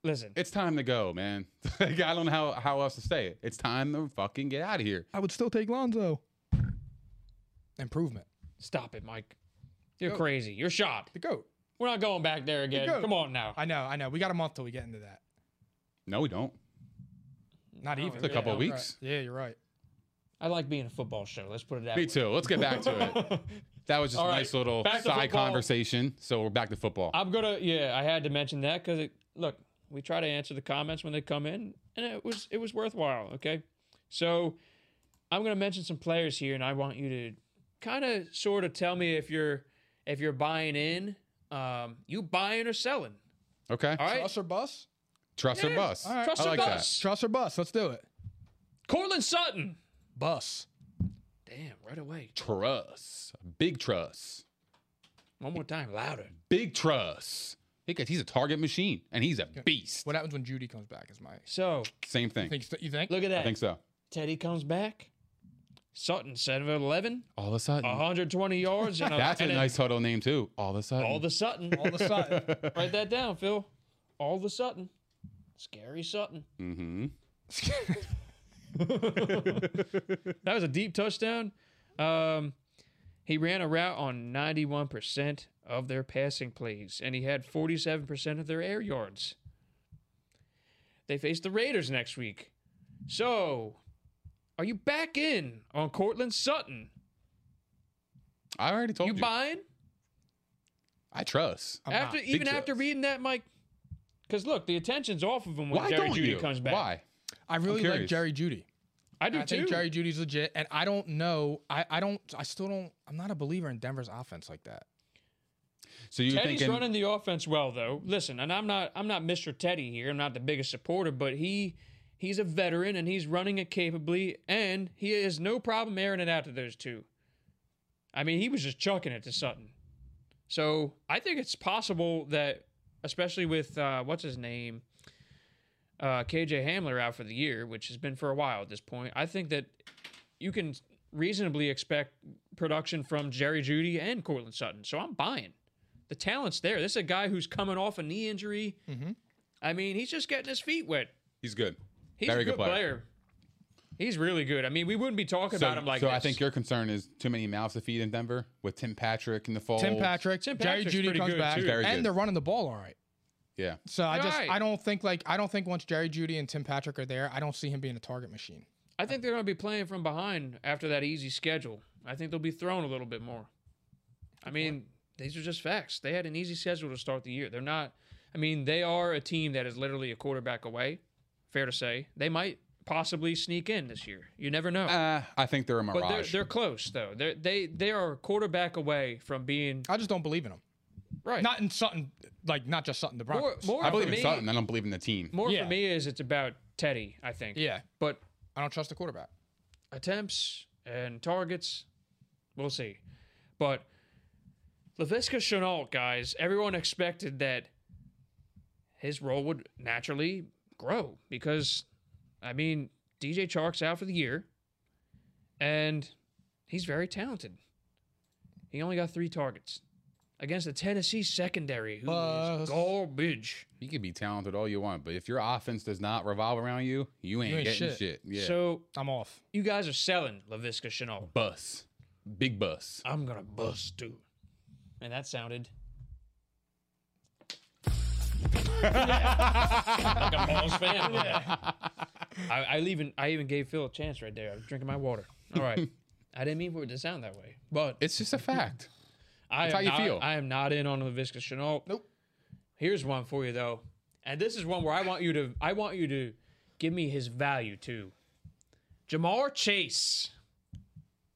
Listen,
It's time to go, man. like, I don't know how, how else to say it. It's time to fucking get out of here.
I would still take Lonzo. Improvement.
stop it, Mike. You're crazy. You're shot.
The goat.
We're not going back there again.
goat.
Come on now.
I know, I know. We got a month till we get into that.
No, we don't.
Not even.
It's a couple
no,
of weeks.
Yeah, you're right.
I like being a football show. Let's put it that
Me
way.
too. Let's get back to it. That was just
All
a
right,
nice little
back to
side
football.
conversation. So we're back to football.
I'm gonna. Yeah, I had to mention that because look, we try to answer the comments when they come in, and it was it was worthwhile. Okay, so I'm gonna mention some players here, and I want you to kind of sort of tell me if you're if you're buying in, um, you buying or selling.
okay.
All right,
Us or bus?
Trust or
Yeah.
bust.
right. Trust
I
or
like
bust.
Truss or bus? Let's do it.
Cortland Sutton.
Bus.
Damn, right away.
that. Trust. Big trust.
One more time, louder.
Big trust. Because he's a target machine and he's a beast.
What happens when Judy comes back? Is my
So
Same thing.
think you think?
look at that.
I think so.
Teddy comes back. Sutton, seven of eleven.
All of a sudden.
120 yards. And a,
That's a
Uh-huh. and
nice huddle name too. All of a sudden.
All the Sutton.
All of a sudden,
Write that down, Phil. All the Sutton. Scary Sutton.
mm-hmm.
That was a deep touchdown. Um, he ran a route on 91% of their passing plays, and he had 47% of their air yards. They face the Raiders next week. So, are you back in on Cortland Sutton?
I already told
You
you.
buying?
I trust.
after
Big
even after
trust.
reading that, Mike. Because look, the attention's off of him when
Why
Jerry
don't
Judy
you?
comes back.
Why?
I really like
curious.
Jerry Judy.
I do
I
too.
think Jerry Judy's legit, and I don't know. I, I don't. I still don't. I'm not a believer in Denver's offense like that.
So you're
Teddy's
thinking
running the offense well, though. Listen, and I'm not I'm not Mr. Teddy here. I'm not the biggest supporter, but he he's a veteran and he's running it capably, and he has no problem airing it out to those two. I mean, he was just chucking it to Sutton. So I think it's possible that, especially with uh, what's his name, uh, KJ Hamler out for the year, which has been for a while at this point. I think that you can reasonably expect production from Jerry Judy and Cortland Sutton. So I'm buying the talent's there. This is a guy who's coming off a knee injury. I mean, he's just getting his feet wet.
he's good.
He's
Very
a good, player. He's really good. I mean, we wouldn't be talking
So,
about him like
so
this.
I think your concern is too many mouths to feed in Denver with Tim Patrick in the fall.
Tim Patrick,
Oh. Tim
Jerry
Patrick's
Judy
pretty
comes
good,
back,
too.
Very
and
good.
they're running the ball all right.
Yeah.
So I just
Right.
I don't think like I don't think once Jerry Judy and Tim Patrick are there, I don't see him being a target machine.
I think they're going to be playing from behind after that easy schedule. I think they'll be thrown a little bit more. I mean, these are just facts. They had an easy schedule to start the year. They're not. I mean, they are a team that is literally a quarterback away. Fair to say, they might possibly sneak in this year. You never know.
Uh, I think they're a mirage.
but they're, they're close though. They're, they they are a quarterback away from being
I just don't believe in him.
right.
Not in Sutton, like not just Sutton the
more,
Broncos.
more
I believe
for
in
me,
Sutton. I don't believe in the team.
More
Yeah.
for me is it's about Teddy. I think.
Yeah,
But
I don't trust the quarterback.
attempts and targets, we'll see. But LaVisca Chenault, guys, everyone expected that his role would naturally grow because, I mean, DJ Chark's out for the year and he's very talented. He only got three targets against the Tennessee secondary, who is
Bus.
garbage.
You can be talented all you want, but if your offense does not revolve around you, you ain't,
ain't
getting
shit.
shit. Yeah.
So
I'm off.
you guys are selling LaVisca Chenault.
bus. Big bus.
I'm gonna bust, dude. And that sounded like a Balls fan. I, I even I even gave Phil a chance right there. I was drinking my water. All right. I didn't mean for it to sound that way, but
It's just a fact.
I
how
am
you
not,
feel.
I am not in on LaVisca Chenault.
Nope.
Here's one for you though, and this is one where I want you to I want you to give me his value too. Jamar Chase.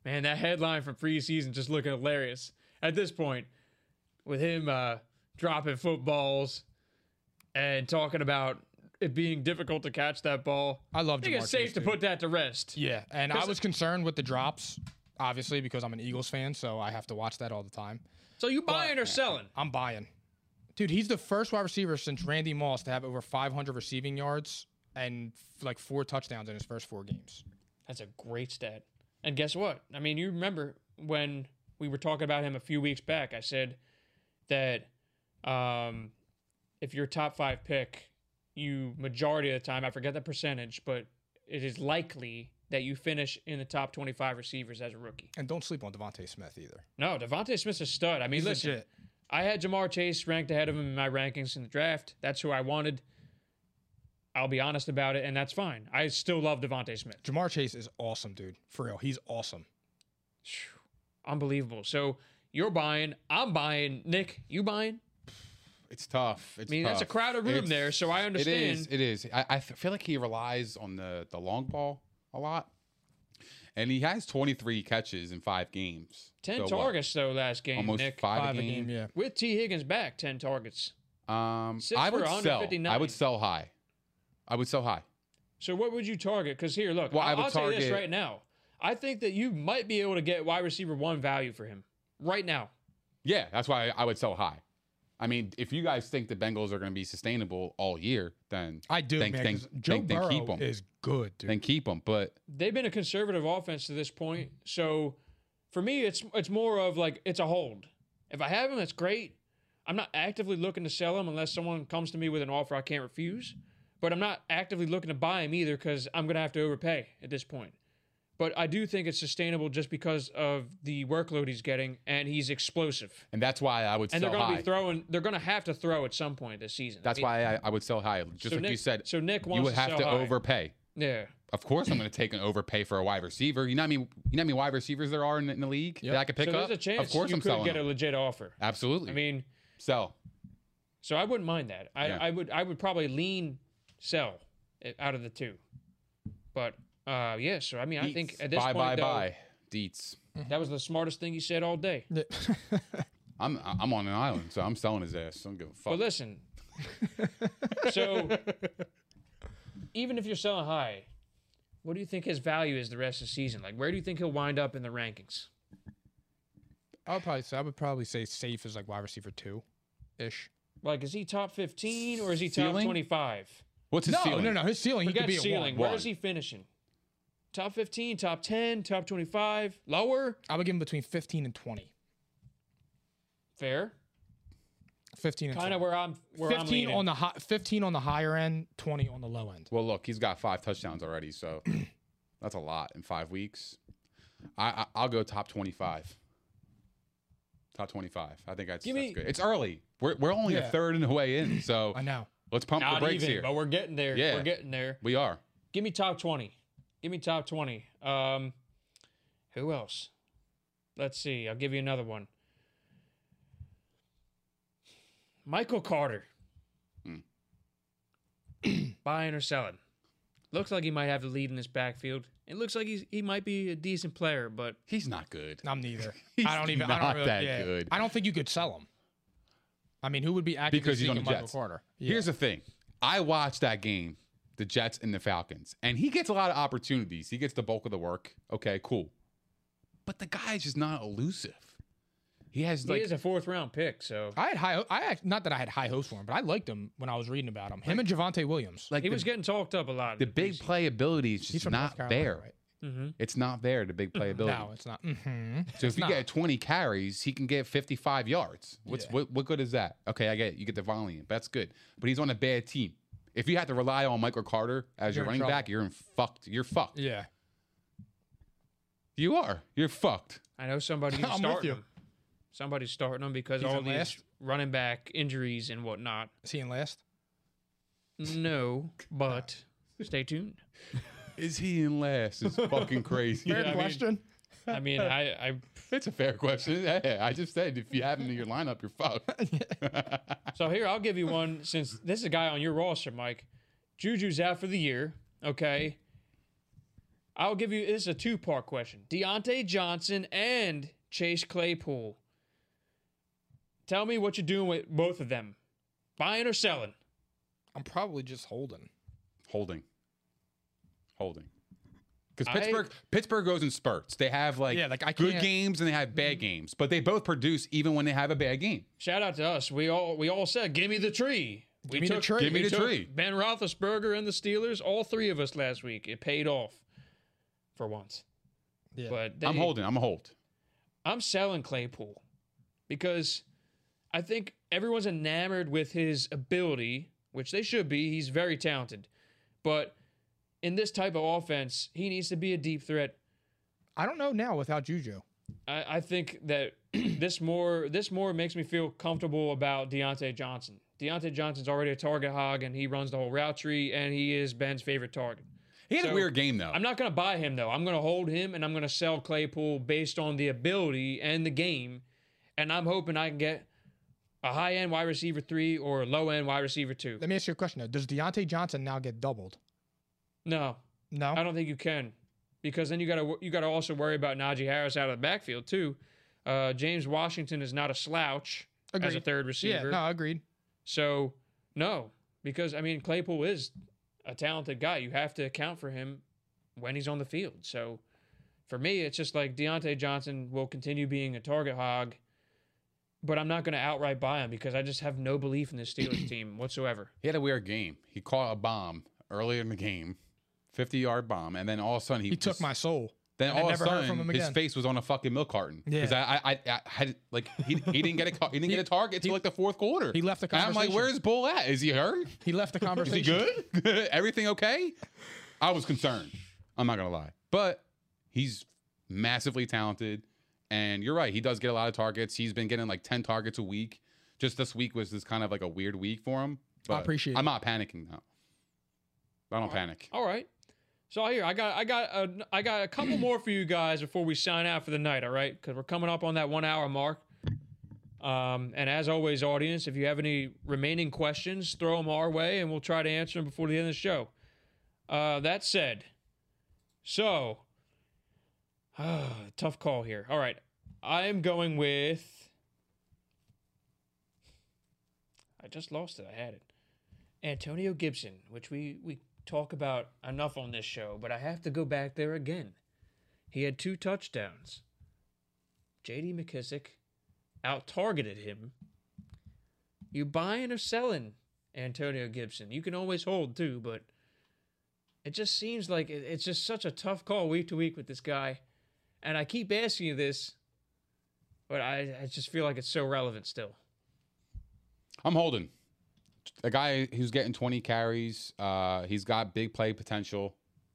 Man, that headline from preseason just looking hilarious at this point, with him uh, dropping footballs and talking about it being difficult to catch that ball.
I love
I think
Jamar
it's safe
Chase,
to
dude.
put that to rest.
Yeah, and I
'Cause-
was concerned with the drops, obviously, because I'm an Eagles fan, so I have to watch that all the time.
So you buying or selling?
I'm buying. Dude, he's the first wide receiver since Randy Moss to have over 500 receiving yards and f- like four touchdowns in his first four games.
That's a great stat. And guess what? I mean, you remember when we were talking about him a few weeks back, I said that um, if your top five pick, you majority of the time, I forget the percentage, but it is likely that you finish in the top 25 receivers as a rookie.
And don't sleep on Devontae Smith either.
No, Devontae Smith's a stud. I mean,
He's
listen,
legit.
I had Jamar Chase ranked ahead of him in my rankings in the draft. That's who I wanted. I'll be honest about it, and that's fine. I still love Devontae Smith.
Jamar Chase is awesome, dude. For real, he's awesome.
unbelievable. So you're buying, I'm buying. Nick, you buying?
It's tough.
I
It's
mean, that's a
tough.
crowded room
It's-
there, so I understand.
It is. It is. I, I th- feel like he relies on the the long ball a lot, and he has 23 catches in five games.
ten
So what?
targets though last game.
almost
Nick.
five,
Five
a game.
yeah.
With T Higgins back, ten targets.
Um,
Six
I
for
would sell. I
159.
would sell high. I would sell high.
So what would you target? Because here, look,
Well, I
I'll,
would
I'll tell you this
target-
right now. I think that you might be able to get wide receiver one value for him right now.
Yeah, that's why I, I would sell high. I mean, if you guys think the Bengals are going to be sustainable all year, then
I do,
Then,
man.
then,
'cause Joe
then- then
Burrow
keep them.
is good, dude.
Then keep them. But
They've been a conservative offense to this point, so for me, it's it's more of like it's a hold. If I have him, that's great. I'm not actively looking to sell him unless someone comes to me with an offer I can't refuse. But I'm not actively looking to buy him either because I'm going to have to overpay at this point. But I do think it's sustainable just because of the workload he's getting and he's explosive.
and that's why I would
And
sell
they're going to
high.
be throwing. They're going to have to throw at some point this season. I
that's
mean,
why I, I would sell high. Just
So
like you
Nick-
said.
so Nick
you
wants
would
to
have
sell
to
high.
overpay.
Yeah.
Of course, I'm going to take an overpay for a wide receiver. You know, what I mean, you know, how many wide receivers there are in, the- in the league that I could pick
so
up.
there's a chance
of course,
you
I'm
could
selling.
get a
them.
legit offer.
Absolutely.
I mean,
sell.
So I wouldn't mind that. I,
Yeah.
I would I would probably lean sell it out of the two. But uh yeah, so I mean I think
Deets.
at this
bye,
point
bye,
though,
bye, Deets.
that was the smartest thing you said all day.
I'm I'm on an island, so I'm selling his ass. I'm gonna fuck.
But listen. so even if you're selling high, what do you think his value is the rest of the season? Like where do you think he'll wind up in the rankings?
I would probably say I would probably say safe is like wide receiver two ish.
Like is he top 15 or is he top
Ceiling?
25?
What's his
No,
ceiling?
no, no. His ceiling, he
Forget
could be
ceiling.
a one.
Where is he finishing? Top 15, top 10, top 25, lower?
I would give him between 15 and 20.
Fair.
15 and
kind
20.
of where I'm where 15 I'm
15
leaning.
on the high, 15 on the higher end, 20 on the low end.
Well, look, he's got five touchdowns already, so that's a lot in five weeks. I, I I'll go top twenty-five. Top twenty-five. I think that's,
Give
that's
me-
good. It's early. We're we're only
Yeah.
a third in the way in, so
I know.
let's pump
not
the brakes
even,
here.
but we're getting there.
Yeah.
We're getting there.
We are.
Give me top 20. Give me top 20. Um who else? Let's see. I'll give you another one. Michael Carter. Buying or selling? Looks like he might have the lead in this backfield. It looks like he's, he might be a decent player, but
He's not good.
I'm neither.
He's
I don't even. I
not
don't really,
that
yeah.
good.
I don't think you could sell him. I mean, who would be actively
Because he's on
seeking
the
Michael
Jets.
Carter?
Here's the thing. I watched that game, the Jets and the Falcons, and he gets a lot of opportunities. He gets the bulk of the work. Okay, cool. But the guy's just not elusive. He has
He
like
is a fourth round pick, so
I had high. ho- I act- not that I had high hopes for him, but I liked him when I was reading about him. Him and Javante Williams.
like
he
the,
was getting talked up a lot.
the big playability is
He's
just
from North
not
Carolina,
there.
right?
It's not there. The big playability.
No, it's not. hmm
So if you get 20 carries, he can get 55 yards. What's what, what good is that? Okay, I get it. You get the volume. That's good. But he's on a bad team. If you have to rely on Michael Carter as
You're
your
in
running
trouble.
back, you're in fucked. You're fucked.
Yeah.
You are. You're fucked.
I know somebody's
I'm with
starting
you.
him. Somebody's starting him because
He's
all
in
these
last?
running back injuries and whatnot.
Is he in last?
No, but stay tuned.
Is he in last? It's fucking crazy.
I mean- question. I mean, I, I
it's a fair question. Yeah, I just said if you have him in your lineup, you're fucked.
So here, I'll give you one since this is a guy on your roster, Mike. Juju's out for the year. Okay. I'll give you this is a two part question. Deontay Johnson and Chase Claypool. Tell me what you're doing with both of them. Buying or selling?
I'm probably just holding.
Holding. Holding. Because
I-
Pittsburgh, Pittsburgh goes in spurts. They have like,
Yeah, like, I
good
can't- Mm-hmm.
games and they have bad games, but they both produce even when they have a bad game.
Shout out to us. We all we all said, give me the tree. We
Give me the tree.
Give me
we
the
took
tree.
Ben Roethlisberger and the Steelers, all three of us last week. It paid off for once.
Yeah.
But
I'm
they-
holding. I'm a hold.
I'm selling Claypool because I think everyone's enamored with his ability, which they should be. He's very talented. But in this type of offense, he needs to be a deep threat.
I don't know now without Juju.
I, I think that this more this more makes me feel comfortable about Deontay Johnson. Deontay Johnson's already a target hog and he runs the whole route tree and he is Ben's favorite target.
He had a
So,
weird game though.
I'm not going to buy him though. I'm going to hold him and I'm going to sell Claypool based on the ability and the game. And I'm hoping I can get a high end wide receiver three or a low end wide receiver two.
Let me ask you a question though. Does Deontay Johnson now get doubled?
No,
No.
I don't think you can because then you got to you got to also worry about Najee Harris out of the backfield too. Uh, James Washington is not a slouch as a
Agreed.
third
Yeah.
receiver.
No. Agreed.
So no, because I mean Claypool is a talented guy. You have to account for him when he's on the field. So for me, it's just like Deontay Johnson will continue being a target hog, but I'm not going to outright buy him because I just have no belief in the Steelers team whatsoever.
He had a weird game. He caught a bomb earlier in the game, fifty yard bomb, and then all of a sudden he,
He took
just-
my soul.
Then
and I
all of a
never heard from
sudden
him
his
again.
face was on a fucking milk carton. Because
Yeah.
I, I I I had like he, he didn't get a car, he didn't get a target
he-
till like the fourth quarter.
he left the
And I'm like,
conversation.
where's Bull at? Is he hurt?
He left the
Is he
conversation.
good? Everything okay? I was concerned. I'm not gonna lie, but he's massively talented, and you're right. He does get a lot of targets. He's been getting like ten targets a week. Just this week was this kind of like a weird week for him. but
appreciate
I'm
it.
not panicking now. I don't panic.
All right. So here I got I got a, I got a couple more for you guys before we sign out for the night. All right, because we're coming up on that one hour mark. Um, and as always, audience, if you have any remaining questions, throw them our way, and we'll try to answer them before the end of the show. Uh, that said, so tough call here. All right, I am going with. I just lost it. I had it. Antonio Gibson, which we, we talk about enough on this show, but I have to go back there again. He had two touchdowns. JD McKissick out targeted him. You buying or selling Antonio Gibson? You can always hold too, but it just seems like it, it's just such a tough call week to week with this guy. And I keep asking you this, but I, I just feel like it's so relevant still.
I'm holding. A guy who's getting 20 carries. Uh, he's got big play potential.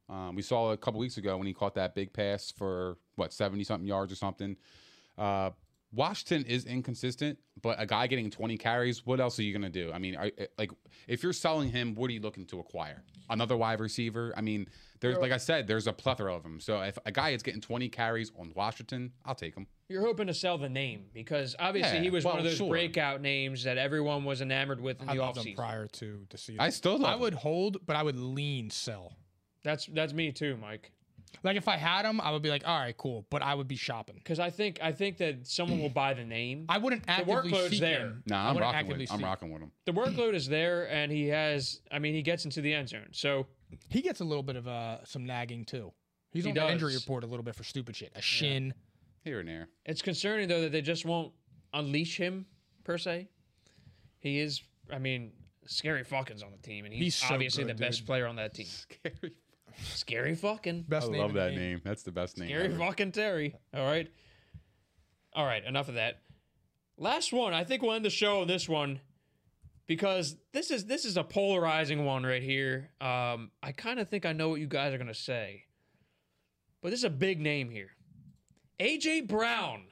Um, we saw a couple weeks ago when he caught that big pass for what 70 something yards or something. Uh, Washington is inconsistent, but a guy getting 20 carries, what else are you gonna do? I mean, are, eh, like if you're selling him, what are you looking to acquire? Another wide receiver? I mean, there's like I said, there's a plethora of them. So if a guy is getting 20 carries on Washington, I'll take him.
You're hoping to sell the name because obviously
Yeah,
he was one of
well,
those
sure.
breakout names that everyone was enamored with in
I
the
loved him
offseason.
prior to the season.
I still love
I
him.
would hold, but I would lean sell.
That's that's me too, Mike.
Like if I had him, I would be like, all right, cool. But I would be shopping.
Because I think I think that someone will buy the name.
I wouldn't actively
workload's
seek
there.
him.
Nah,
I
I'm
wouldn't
rocking
actively
with. I'm
seek-
rocking with him.
the workload is there, and he has. I mean, he gets into the end zone. So
He gets a little bit of uh, some nagging too. He's
He
on the injury
does.
report a little bit for stupid shit, a shin.
Here and there.
it's concerning though that they just won't unleash him per se. He is. I mean, Scary Falcon's on the team, and he's,
He's so
obviously
good,
the best
dude.
player on that team.
Scary.
Scary Falcon.
Best
I
name
love
in the
that
game.
name. That's the best name.
Gary
ever.
fucking Terry. All right. All right. Enough of that. Last one. I think we'll end the show on this one because this is this is a polarizing one right here. Um, I kind of think I know what you guys are gonna say, but this is a big name here. AJ Brown.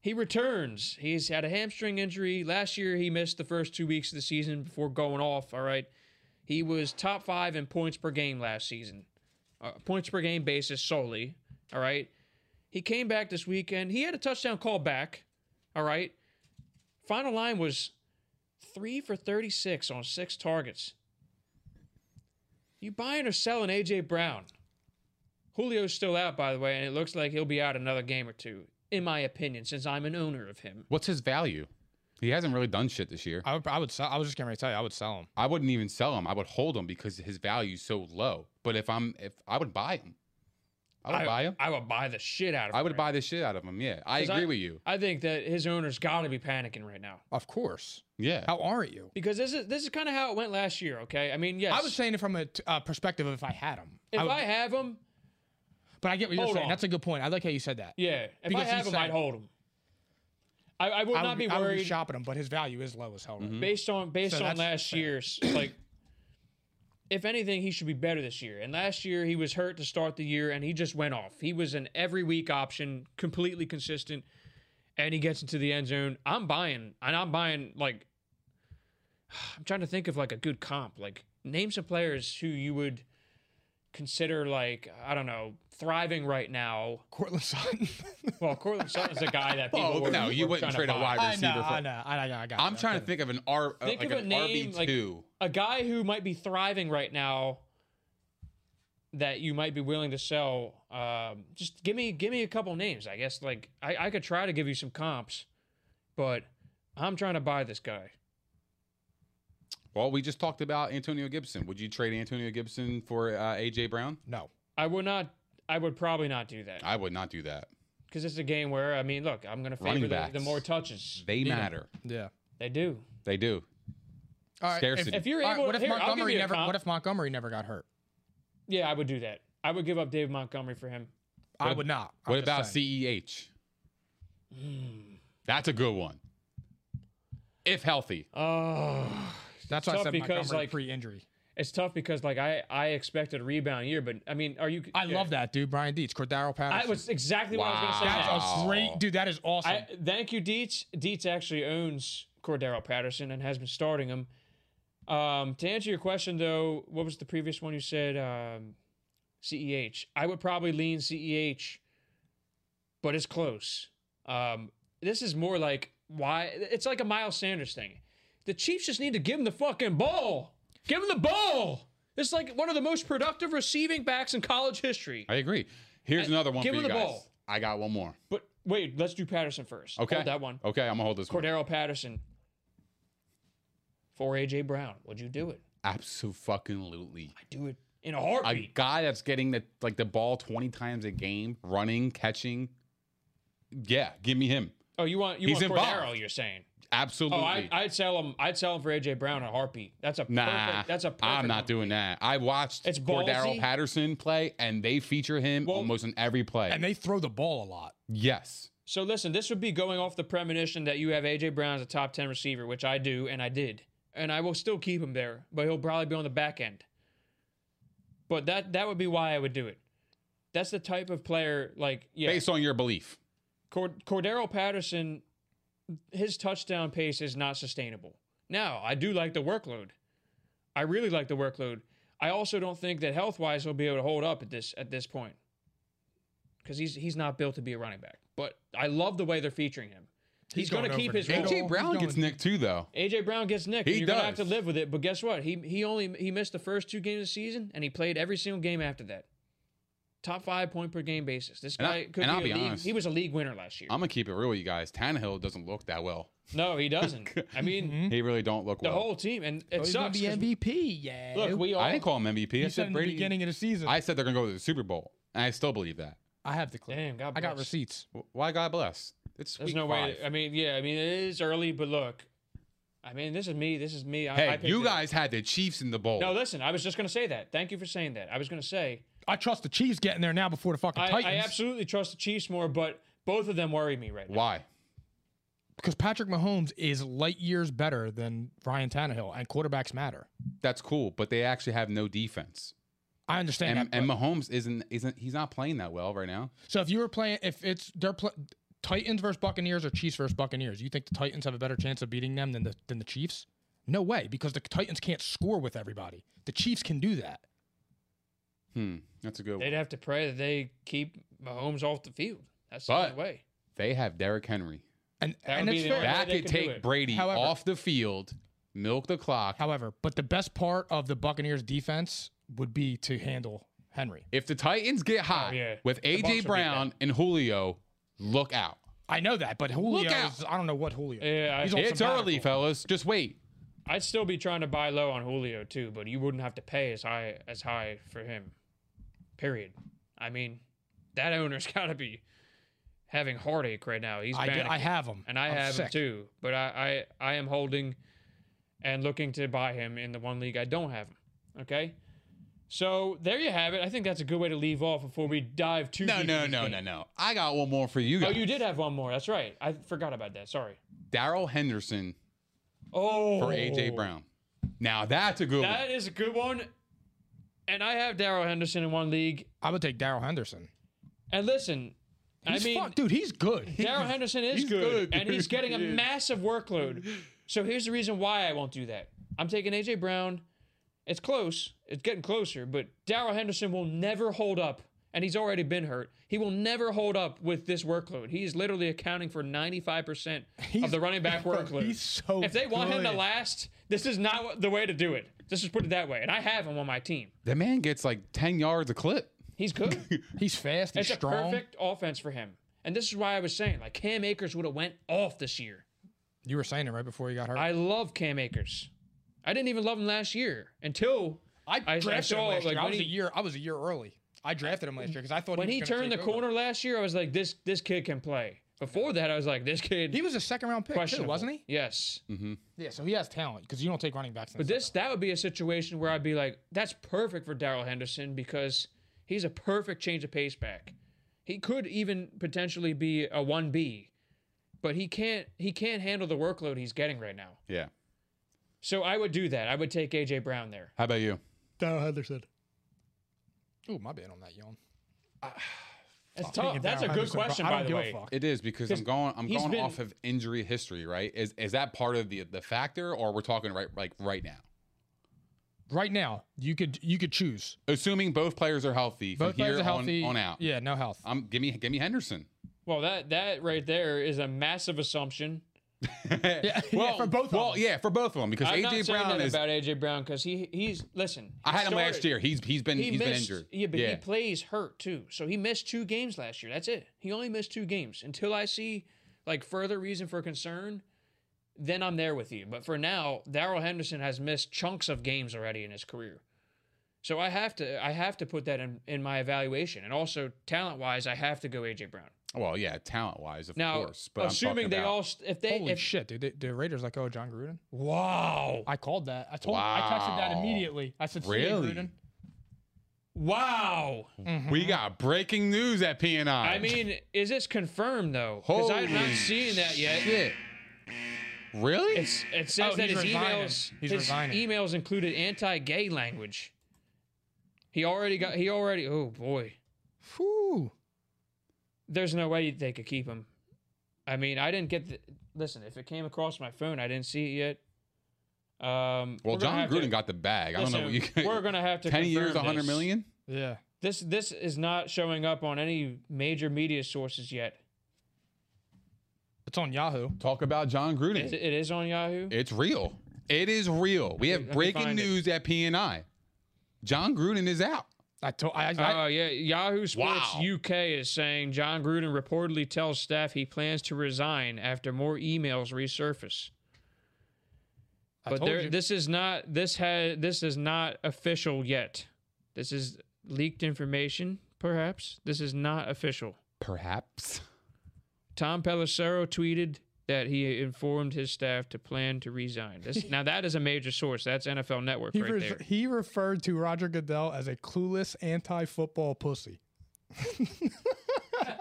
He returns. He's had a hamstring injury last year. He missed the first two weeks of the season before going off. All right. He was top five in points per game last season uh, points per game basis solely. All right. He came back this weekend. He had a touchdown call back. All right. Final line was three for 36 on six targets. You buying or selling A.J. Brown? Julio's still out, by the way, and it looks like he'll be out another game or two, in my opinion, since I'm an owner of him.
What's his value? He hasn't really done shit this year.
I would, I would sell. I was just getting ready to tell you, I would sell him.
I wouldn't even sell him. I would hold him because his value's so low. But if I'm, if I would buy him, I would buy him.
I would buy the shit out of him.
I would
right
buy the shit out of him. Yeah, I
now. 'Cause
agree with you.
I think that his owner's got to be panicking right now.
Of course.
Yeah,
How aren't you?
Because this is this is kind of how it went last year, okay? I mean, yes.
I was saying it from a t- uh, perspective of if I had him.
If I,
would-
have him,
but I get what you're
Hold
saying.
on.
That's a good point. I like how you said that.
yeah. If
Because
I have
he's
him, I'd
sad.
hold him. I, I would
I
not
would
be
I would
worried
shopping him, but his value is low as hell. right now.
based on based
So
on
that's
last
fair.
year's like. If anything, he should be better this year. And last year, he was hurt to start the year, and he just went off. He was an every week option, completely consistent, and he gets into the end zone. I'm buying, and I'm buying like. I'm trying to think of like a good comp. Like name some players who you would consider like I don't know thriving right now
Cortland Sutton.
Well, Cortland Sutton's a guy that people
Oh,
were,
no, you
were
wouldn't
trying
trade
to
a
buy.
wide
I know,
receiver.
I
for,
know, I know, I got.
I'm
you,
trying
I
to think of an R, uh,
Think
like
of a
an
name, like
RB2.
a guy who might be thriving right now that you might be willing to sell. Um, just give me give me a couple names, I guess. Like I, I could try to give you some comps, but I'm trying to buy this guy.
well, we just talked about Antonio Gibson. Would you trade Antonio Gibson for uh, AJ Brown?
No.
I would not. I would probably not do that
I would not do that.
because it's a game where I mean, look, I'm going to favor
Running
the, the
backs.
more touches.
They matter.
Yeah.
They do.
They do.
All right.
Scarcity.
If you're
all right,
able,
what if
here, I'll give
Montgomery
you a
never?
comp.
What if Montgomery never got hurt?
Yeah, I would do that. I would give up Dave Montgomery for him.
I would not. I'm
what
just
about
saying.
CEH?
Hmm.
That's a good one. If healthy,
Oh.
That's why I
tough
said
because,
Montgomery
like-
pre-injury.
It's tough because like I I expected a rebound year, but I mean, are you?
I love that dude, Brian Dietz, Cordaro
I
Patterson.
was exactly what I was gonna say.
That's
next.
Oh.
a great dude. That is awesome.
I, thank you, Dietz. Dietz actually owns Cordero Patterson and has been starting him. Um, to answer your question though, what was the previous one you said? Um, Ceh. I would probably lean Ceh, but it's close. Um, this is more like why it's like a Miles Sanders thing. The Chiefs just need to give him the fucking ball. Give him the ball. It's like one of the most productive receiving backs in college history.
I agree. Here's
Hey,
another one
give
for
him
you
the
guys.
ball.
I got one more.
But wait, let's do Patterson first.
Okay,
Hold that one.
Okay, I'm gonna hold this one.
Cordero Patterson for AJ Brown. Would you do it?
Absolutely.
I do it in a
A
heartbeat.
guy that's getting the like the ball 20 times a game, running, catching. Yeah, give me him.
oh, you want you
He's
want Cordero?
involved.
You're saying?
Absolutely.
Oh, I, I'd sell him. I'd sell him for AJ Brown in a heartbeat. That's a
nah,
Perfect, that's a. Perfect
I'm not doing that. I watched
It's
Cordero
ballsy.
Patterson play, and they feature him
Well-
almost in every play.
and they throw the ball a lot.
yes,
So listen, this would be going off the premonition that you have AJ Brown as a top ten receiver, which I do, and I did, and I will still keep him there, but he'll probably be on the back end. But that that would be why I would do it. That's the type of player like yeah.
based on your belief.
Cord- Cordero Patterson, his touchdown pace is not sustainable. Now, I do like the workload. I really like the workload. I also don't think that health wise he'll be able to hold up at this at this point because he's he's not built to be a running back. But I love the way they're featuring him. He's,
He's
going to
going
keep
over
his
the middle.
role.
AJ Brown
going
gets nicked too, though.
AJ Brown gets nicked.
He
and you're gonna have to
does.
live with it. But guess what? He he only he missed the first two games of the season, and he played every single game after that. Top five point per game basis. This
And
guy
I-
could
and I'll
be, a
be
league,
honest.
He was a league winner last year.
I'm gonna keep it real with you guys. Tannehill doesn't look that well.
No, he doesn't. I mean,
He really don't look
Hmm? the
well.
whole team, and it
Oh, He's gonna
sucks.
be
'cause-
MVP. Yeah.
Look, we all.
I didn't call him MVP.
He
I
said
said
in the
Brady.
beginning of the season.
I
I,
said they're gonna go to the Super Bowl, and I still believe that.
have the clip.
Damn, God
I got
bless.
receipts.
Wh- Why God bless? It's
There's
week
no way.
five.
I mean, yeah. I mean, it is early, but look. I mean, this is me. This is me. I, I
hey,
picked
you
it.
guys had the Chiefs in the bowl.
No, listen. I was just gonna say that. Thank you for saying that. I was gonna say
I trust the Chiefs getting there now before the fucking
I,
Titans.
I absolutely trust the Chiefs more, but both of them worry me right now.
Why?
because Patrick Mahomes is light years better than Ryan Tannehill, and quarterbacks matter.
That's cool, but they actually have no defense.
I understand
And,
that.
and
but-
Mahomes isn't isn't he's not playing that well right now.
so if you were playing, if it's they're pl- Titans versus Buccaneers or Chiefs versus Buccaneers, you think the Titans have a better chance of beating them than the than the Chiefs? No way, because the Titans can't score with everybody. The Chiefs can do that.
Hmm, that's a good one.
They'd have to pray that they keep Mahomes off the field. That's the
But-
only way.
They have Derrick Henry.
And
That
and
would
it's
be the
fair.
only way
That
they
could
can do
take
it.
Brady
However-
off the field, milk the clock.
However, but the best part of the Buccaneers defense would be to handle Henry.
if the Titans get hot
Oh, yeah.
with
The Bucks will
AJ
beat
Brown and Julio, look out.
I know that, but Julio,
out.
I don't know what Julio.
Yeah, I-
on
It's early,
sabbatical.
fellas. Just wait.
I'd still be trying to buy low on Julio too, but you wouldn't have to pay as high as high for him. Period. I mean, that owner's got to be having heartache right now. He's
I, do-
panicking.
I have him,
and I
I'm
have him
sick.
too, but I, I I am holding and looking to buy him in the one league I don't have him. Okay. So there you have it. I think that's a good way to leave off before we dive too
No,
deep
no,
into
no,
this
no,
game.
no. I got one more for you
Oh,
guys.
you did have one more. That's right. I forgot about that. Sorry.
Daryl Henderson
Oh,
for AJ Brown. Now that's a good
That
one.
is a good one. And I have Daryl Henderson in one league.
I would take Daryl Henderson.
And listen, I
He's
mean,
fuck- dude, he's good.
Daryl Henderson is
he's
good,
good,
and he's
dude.
getting a
He is.
massive workload. So here's the reason why I won't do that. I'm taking AJ Brown. It's close. It's getting closer, but Daryl Henderson will never hold up, and he's already been hurt. He will never hold up with this workload. He is literally accounting for 95% of
He's-
the running back
bro,
workload.
he's so
if they want him to
good.
last, this is not what- the way to do it. Let's just put it that way. And I have him on my team.
The man gets like 10 yards a clip.
He's good.
He's fast. He's
It's a
strong.
perfect offense for him. And this is why I was saying, like, Cam Akers would have went off this year.
You were saying it right before you got hurt.
I love Cam Akers. I didn't even love him last year until I- I saw, like,
I
when
was a
he-
year. I was a year early. I drafted him last year because I thought
when
was
he
gonna
turned the
take over.
corner last year, I was like, this this kid can play. Before that, I was like, this kid
He was Mm. a second round pick too,
questionable.
wasn't he?
Yes.
Yeah, so he has talent because you don't take running backs. in
But
the
this that would be a situation where I'd be like, that's perfect for Daryl Henderson because he's a perfect change of pace back. He could even potentially be a one B, but he can't he can't handle the workload he's getting right now.
Yeah.
So I would do that. I would take AJ Brown there.
How about you?
Daryl Henderson. Ooh, my bad on that yawn.
That's
Speaking
tough.
of
That's
Daryl
a good
Henderson, bro,
question,
I
by
don't
the
give a
way.
fuck.
It is because I'm going I'm
he's
going
been-
off of injury history, right? Is is that part of the the factor or we're talking right like right now?
Right now, you could you could choose.
Assuming both players are healthy from
Both
here
players are healthy.
on, on out.
Yeah, no health.
I'm give me give me Henderson.
Well, that that right there is a massive assumption.
yeah, yeah, for both.
Well,
of them.
yeah, for both of them because
I'm not
AJ
saying
Brown
that
is.
about AJ Brown because he he's listen.
I
he
had him last
started-
year. He's he's been
He
he has
missed,
been injured.
Yeah, but he plays hurt too. So he missed two games last year. That's it. He only missed two games. Until I see like further reason for concern, then I'm there with you. But for now, Daryl Henderson has missed chunks of games already in his career. So I have to I have to put that in, in my evaluation. And also talent wise, I have to go AJ Brown.
well, yeah, talent wise, of
Now,
course. But I'm
assuming
talking
they
about-
all st- if they
Holy
if,
shit, dude! The, the Raiders let go of John Gruden.
wow
I called that. I told. I texted that
Wow.
immediately. I said, "See you,
Really?
Gruden."
wow.
we got breaking news at PNI.
Mm-hmm. I mean, is this confirmed though? Because I'm not
Holy
seeing that yet.
shit. Really?
It's, it says
Oh,
that
he's
his
resigning.
emails
He's
his
resigning.
emails included anti-gay language. He already got he already oh boy.
Whew.
There's no way they could keep him. I mean, I didn't get the, listen, if it came across my phone, I didn't see it yet. Um
well,
we're gonna
John
have
Gruden
to,
got the bag. I don't know what you.
listen, We're going to have to
Ten years,
confirm
hundred
this.
million.
Yeah.
This this is not showing up on any major media sources yet.
It's on Yahoo.
Talk about John Gruden.
Is it, it is on Yahoo.
It's real. It is real. We have
me
breaking
find it.
news at PNI. John Gruden is out.
I told. I, I,
Oh yeah, Yahoo Sports
Wow.
UK is saying John Gruden reportedly tells staff he plans to resign after more emails resurface.
I
But
told
there,
you.
this is not this has this is not official yet. This is leaked information, perhaps. This is not official.
Perhaps.
Tom Pelissero tweeted that he informed his staff to plan to resign. This, now that is a major source. That's NFL Network
He,
right
re-
there.
he referred to Roger Goodell as a clueless anti-football pussy.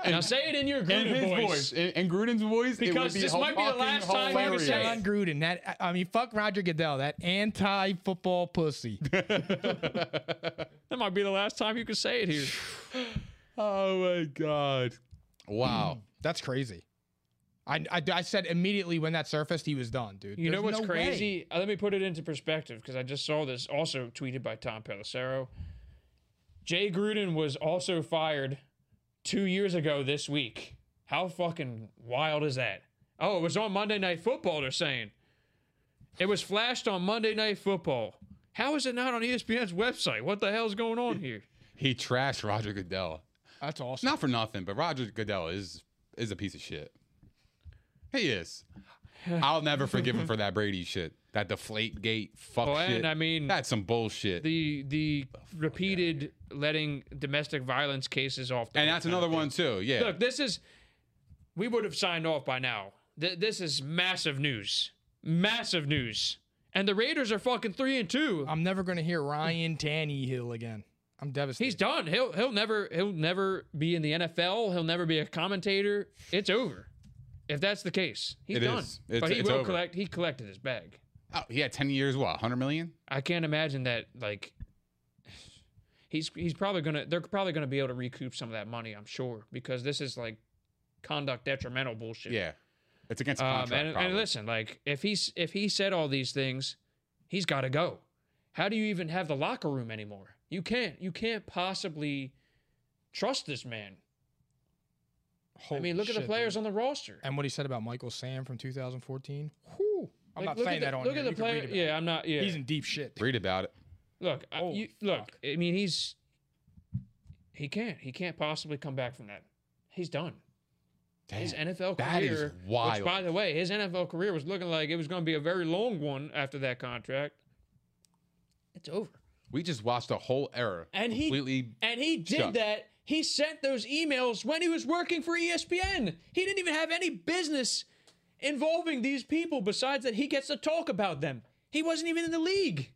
Now say it in your
In
Gruden
his voice,
voice.
In, in Gruden's voice, it would
Because
be
this might be the
fucking
last time you ever
hilarious.
say it.
John Gruden, that I mean, fuck Roger Goodell, that anti-football pussy.
That might be the last time you can say it here.
Oh my god! Wow.
That's crazy. I, I, I said immediately when that surfaced, he was done, dude.
You know
There's
what's
no way.
crazy? Uh, let me put it into perspective because I just saw this also tweeted by Tom Pelissero. Jay Gruden was also fired two years ago this week. How fucking wild is that? Oh, it was on Monday Night Football, they're saying. It was flashed on Monday Night Football. How is it not on E ESPN's website? What the hell's going on here?
He trashed Roger Goodell.
That's
It's
awesome.
not for nothing, but Roger Goodell is is a piece of shit. He is. I'll never forgive him for that Brady shit. That deflate gate fuck
Well, and
shit.
I mean-
that's some bullshit.
The the repeated letting domestic violence cases off. the
and
hook
that's
kind of
another
thing.
one too. Yeah.
Look, this is we would have signed off by now. Th- this is massive news. Massive news. And the Raiders are fucking 3 and 2.
I'm never going to hear Ryan Tannehill again. I'm devastated.
He's done. He'll he'll never he'll never be in the NFL. He'll never be a commentator. It's over. If that's the case, he's
It
done.
is. It's-
but he
it's
will
over.
collect. He collected his bag.
oh, he had ten years. What? Hundred million?
I can't imagine that. Like, he's he's probably gonna. They're probably gonna be able to recoup some of that money. I'm sure because this is like conduct detrimental bullshit.
Yeah. It's against
Um,
contract.
and, and
probably.
listen, like if he's if he said all these things, he's got to go. How do you even have the locker room anymore? You can't. You can't possibly trust this man. I mean, look at the players on the roster.
and what he said about Michael Sam from 2014.
Whew. Like,
I'm not
look at
saying
the-
that on
Look
here.
at the
You can read
player.
about
Yeah,
it.
I'm not. Yeah,
He's in deep shit.
Read about it.
Look, I,
Oh,
you, look.
fuck.
I mean, he's he can't he can't possibly come back from that. He's done. His
Damn,
NFL career,
that is
which
wild.
by the way, his NFL career was looking like it was going to be a very long one after that contract. It's over.
we just watched a whole era
And he
completely.
and he did
shut.
that. He sent those emails when he was working for E ESPN. He didn't even have any business involving these people besides that he gets to talk about them. He wasn't even in the league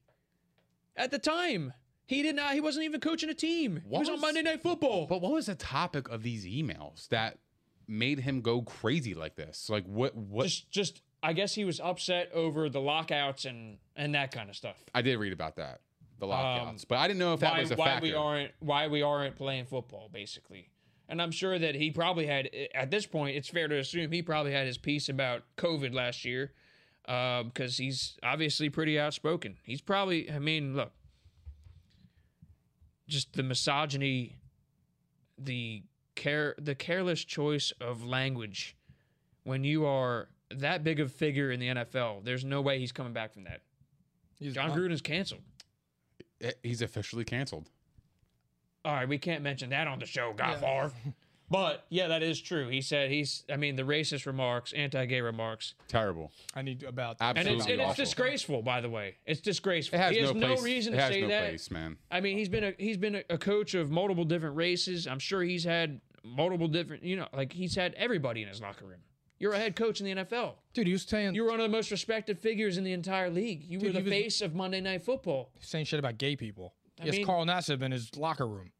at the time. He did not he wasn't even coaching a team. he
What
was, on
was-
Monday Night Football.
But what was the topic of these emails that made him go crazy like this? Like what? What?
just just I guess he was upset over the lockouts and and that kind of stuff.
I did read about that. The lockouts, but I didn't know if that
Um, why,
was a
why
factor.
we aren't why we aren't playing football basically. And I'm sure that he probably had at this point. It's fair to assume he probably had his piece about COVID last year because he's obviously pretty outspoken. He's probably I mean look, just the misogyny, the care the careless choice of language when you are that big of figure in the NFL. There's no way he's coming back from that.
He's
John
done.
Gruden's canceled.
Eh, He's officially canceled.
All right, we can't mention that on the show, Godfar. But yeah, that is true. He said he's. I mean, the racist remarks, anti-gay remarks,
Terrible.
I need about
and
Absolutely
it's and it's
awful.
disgraceful. By the way, it's disgraceful.
It has
he
no
has no,
place.
reason
it
to
has
say
no
that.
place, man.
I mean, he's been a he's been a- a coach of multiple different races. I'm sure he's had multiple different. You know, like he's had everybody in his locker room. You're a head coach in the NFL.
dude. He was saying
You were one of the most respected figures in the entire league. You
Dude,
were the
he was-
face of Monday Night Football.
saying shit about gay people.
I
yes,
mean-
Carl Nassib in his locker room.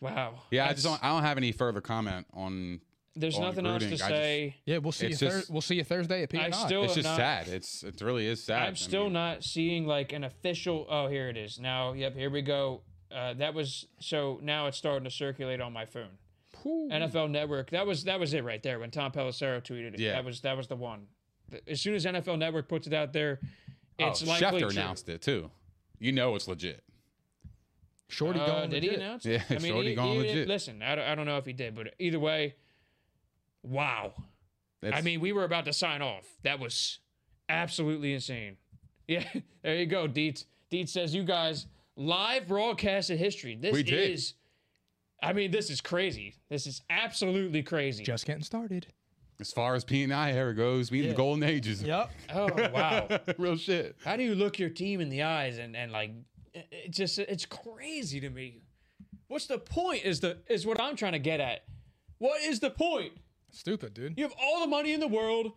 Wow.
Yeah, I just
That's-
don't. I don't have any further comment on.
There's
on
nothing else
Gruden.
to
I just-
say.
Yeah, we'll see. You
It's
thur-
just-
we'll see you Thursday at P.
I still-
It's
But
just
not-
sad. It's it really is sad. I
I'm still
mean,
not seeing like an official. Oh, here it is. Now, yep, here we go. Uh, that was so. Now it's starting to circulate on my phone. NFL Network. That was that was it right there when Tom Pelissero tweeted it.
Yeah.
That was that was the one. Th- As soon as NFL Network puts it out there,
Oh,
it's likely
Schefter
true.
announced it too. You know it's legit.
Shorty
Uh,
going.
did
legit.
he announce?
Yeah,
it? I mean,
Shorty
he-
gone
he-
legit.
Listen, I don't, I don't know if he did, but either way, wow.
It's,
I mean, we were about to sign off. That was absolutely insane. Yeah, there you go, Deets. Deets says you guys live broadcasted history. This
We did.
is, I mean, this is crazy. This is absolutely crazy.
Just getting started.
as far as P and I era goes, we in the golden ages.
Yep.
oh wow!
Real shit.
How do you look your team in the eyes and and like, it- it's just it's crazy to me. What's the point? Is the is what I'm trying to get at. What is the point?
Stupid, dude.
You have all the money in the world.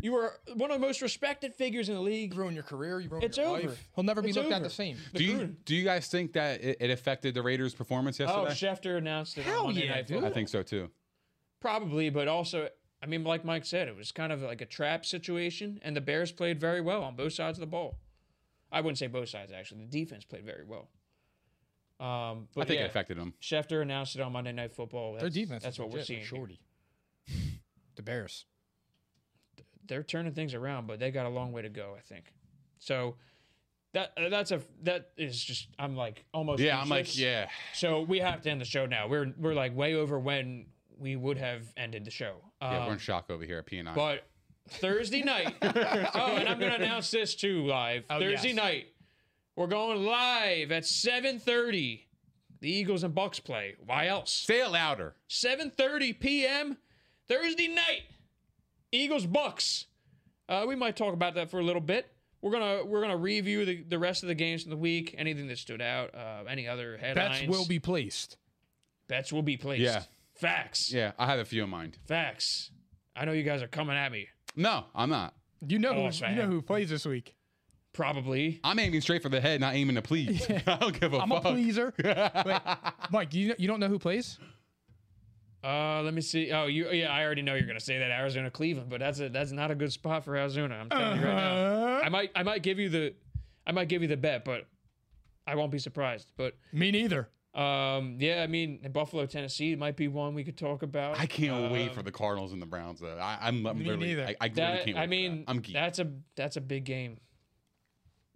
You are one of the most respected figures in the league.
ruin your career. You ruin
It's
your
over.
life. He'll never be
It's
looked at
over.
the same.
The
Do you
Gruden-
do you guys think that it, it affected the Raiders' performance
Oh,
yesterday?
Schefter announced it. on
Hell
Monday
yeah,
Night
dude.
Football.
I think so too.
Probably, but also, I mean, like Mike said, it was kind of like a trap situation, and the Bears played very well on both sides of the ball. I wouldn't say both sides, actually. The defense played very well. Um, but
I think
yeah,
it affected them.
Schefter announced it on Monday Night Football.
Their
That's,
defense.
That's
is
what we're
legit,
seeing. here.
Shorty. the Bears.
They're turning things around, but they got a long way to go, I think. So that uh, that's a that is just I'm like almost
Yeah, I'm like,
speechless.
yeah.
So we have to end the show now. We're we're like way over when we would have ended the show.
Yeah, we're
Um,
in shock over here at P and I.
But Thursday night. oh, and I'm going to announce this too live. Thursday
Oh, yes.
night, we're going live at 7:30. The Eagles and Bucks play. Why else?
Say it louder.
7:30 p.m. Thursday night. Eagles Bucks. Uh, we might talk about that for a little bit. We're gonna we're gonna review the, the rest of the games in the week. Anything that stood out. Uh, any other headlines?
Bets will be placed.
bets will be placed.
Yeah.
Facts.
Yeah, I have a few in mind.
Facts. I know you guys are coming at me.
No, I'm not.
You know,
Oh,
who,
man.
you know who plays this week.
Probably.
I'm aiming straight for the head, not aiming to please. I don't give a
I'm
fuck.
a pleaser. Wait, Mike, do you you don't know who plays?
Uh, let me see. Oh, you yeah, I already know you're gonna say that Arizona Cleveland, but that's a that's not a good spot for Arizona. I'm telling you right
Uh-huh.
now. I might I might give you the I might give you the bet, but I won't be surprised. But
Me neither.
um, yeah, I mean Buffalo, Tennessee might be one we could talk about.
I can't wait for the Cardinals and the Browns though. I, I'm, I'm
Me
literally,
neither.
I, I literally
Uh, that,
can't wait.
I
for
mean
that. I'm geeked.
that's a that's a big game.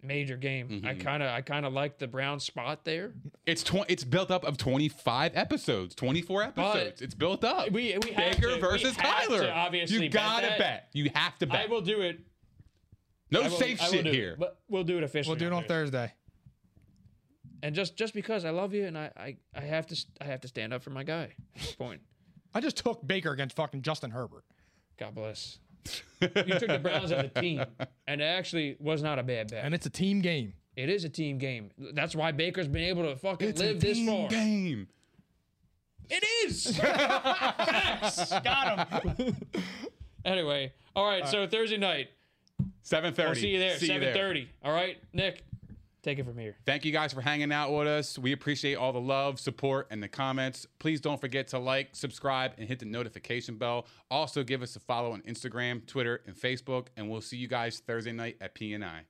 Major game.
Mm-hmm.
I kind of I kind of like the Brown spot there.
It's tw- It's built up of 25 episodes, 24 episodes. it's built up.
We- we have
Baker
to- we
versus
have to
Tyler.
obviously
you
bet
gotta
that.
bet, You have to
I
bet.
will do it.
no
I will-
safe
I will
shit
do it,
here.
But we'll do it officially.
We'll do it on Thursday.
and just just because I love you and I I, I have to st- I have to stand up for my guy. At this point,
I just took Baker against fucking Justin Herbert.
God bless. you took the Browns as a team, and it actually was not a bad bet.
And it's a team game.
it is a team game. That's why Baker's been able to fucking live this
team
far.
game.
It is. Facts. Got him. anyway, all right. So Thursday night,
7:30.
I'll see you there. Seven thirty. All right, Nick, take it from here.
Thank you guys for hanging out with us. We appreciate all the love, support, and the comments. Please don't forget to like, subscribe, and hit the notification bell. Also, give us a follow on Instagram, Twitter, and Facebook. And we'll see you guys Thursday night at PNI.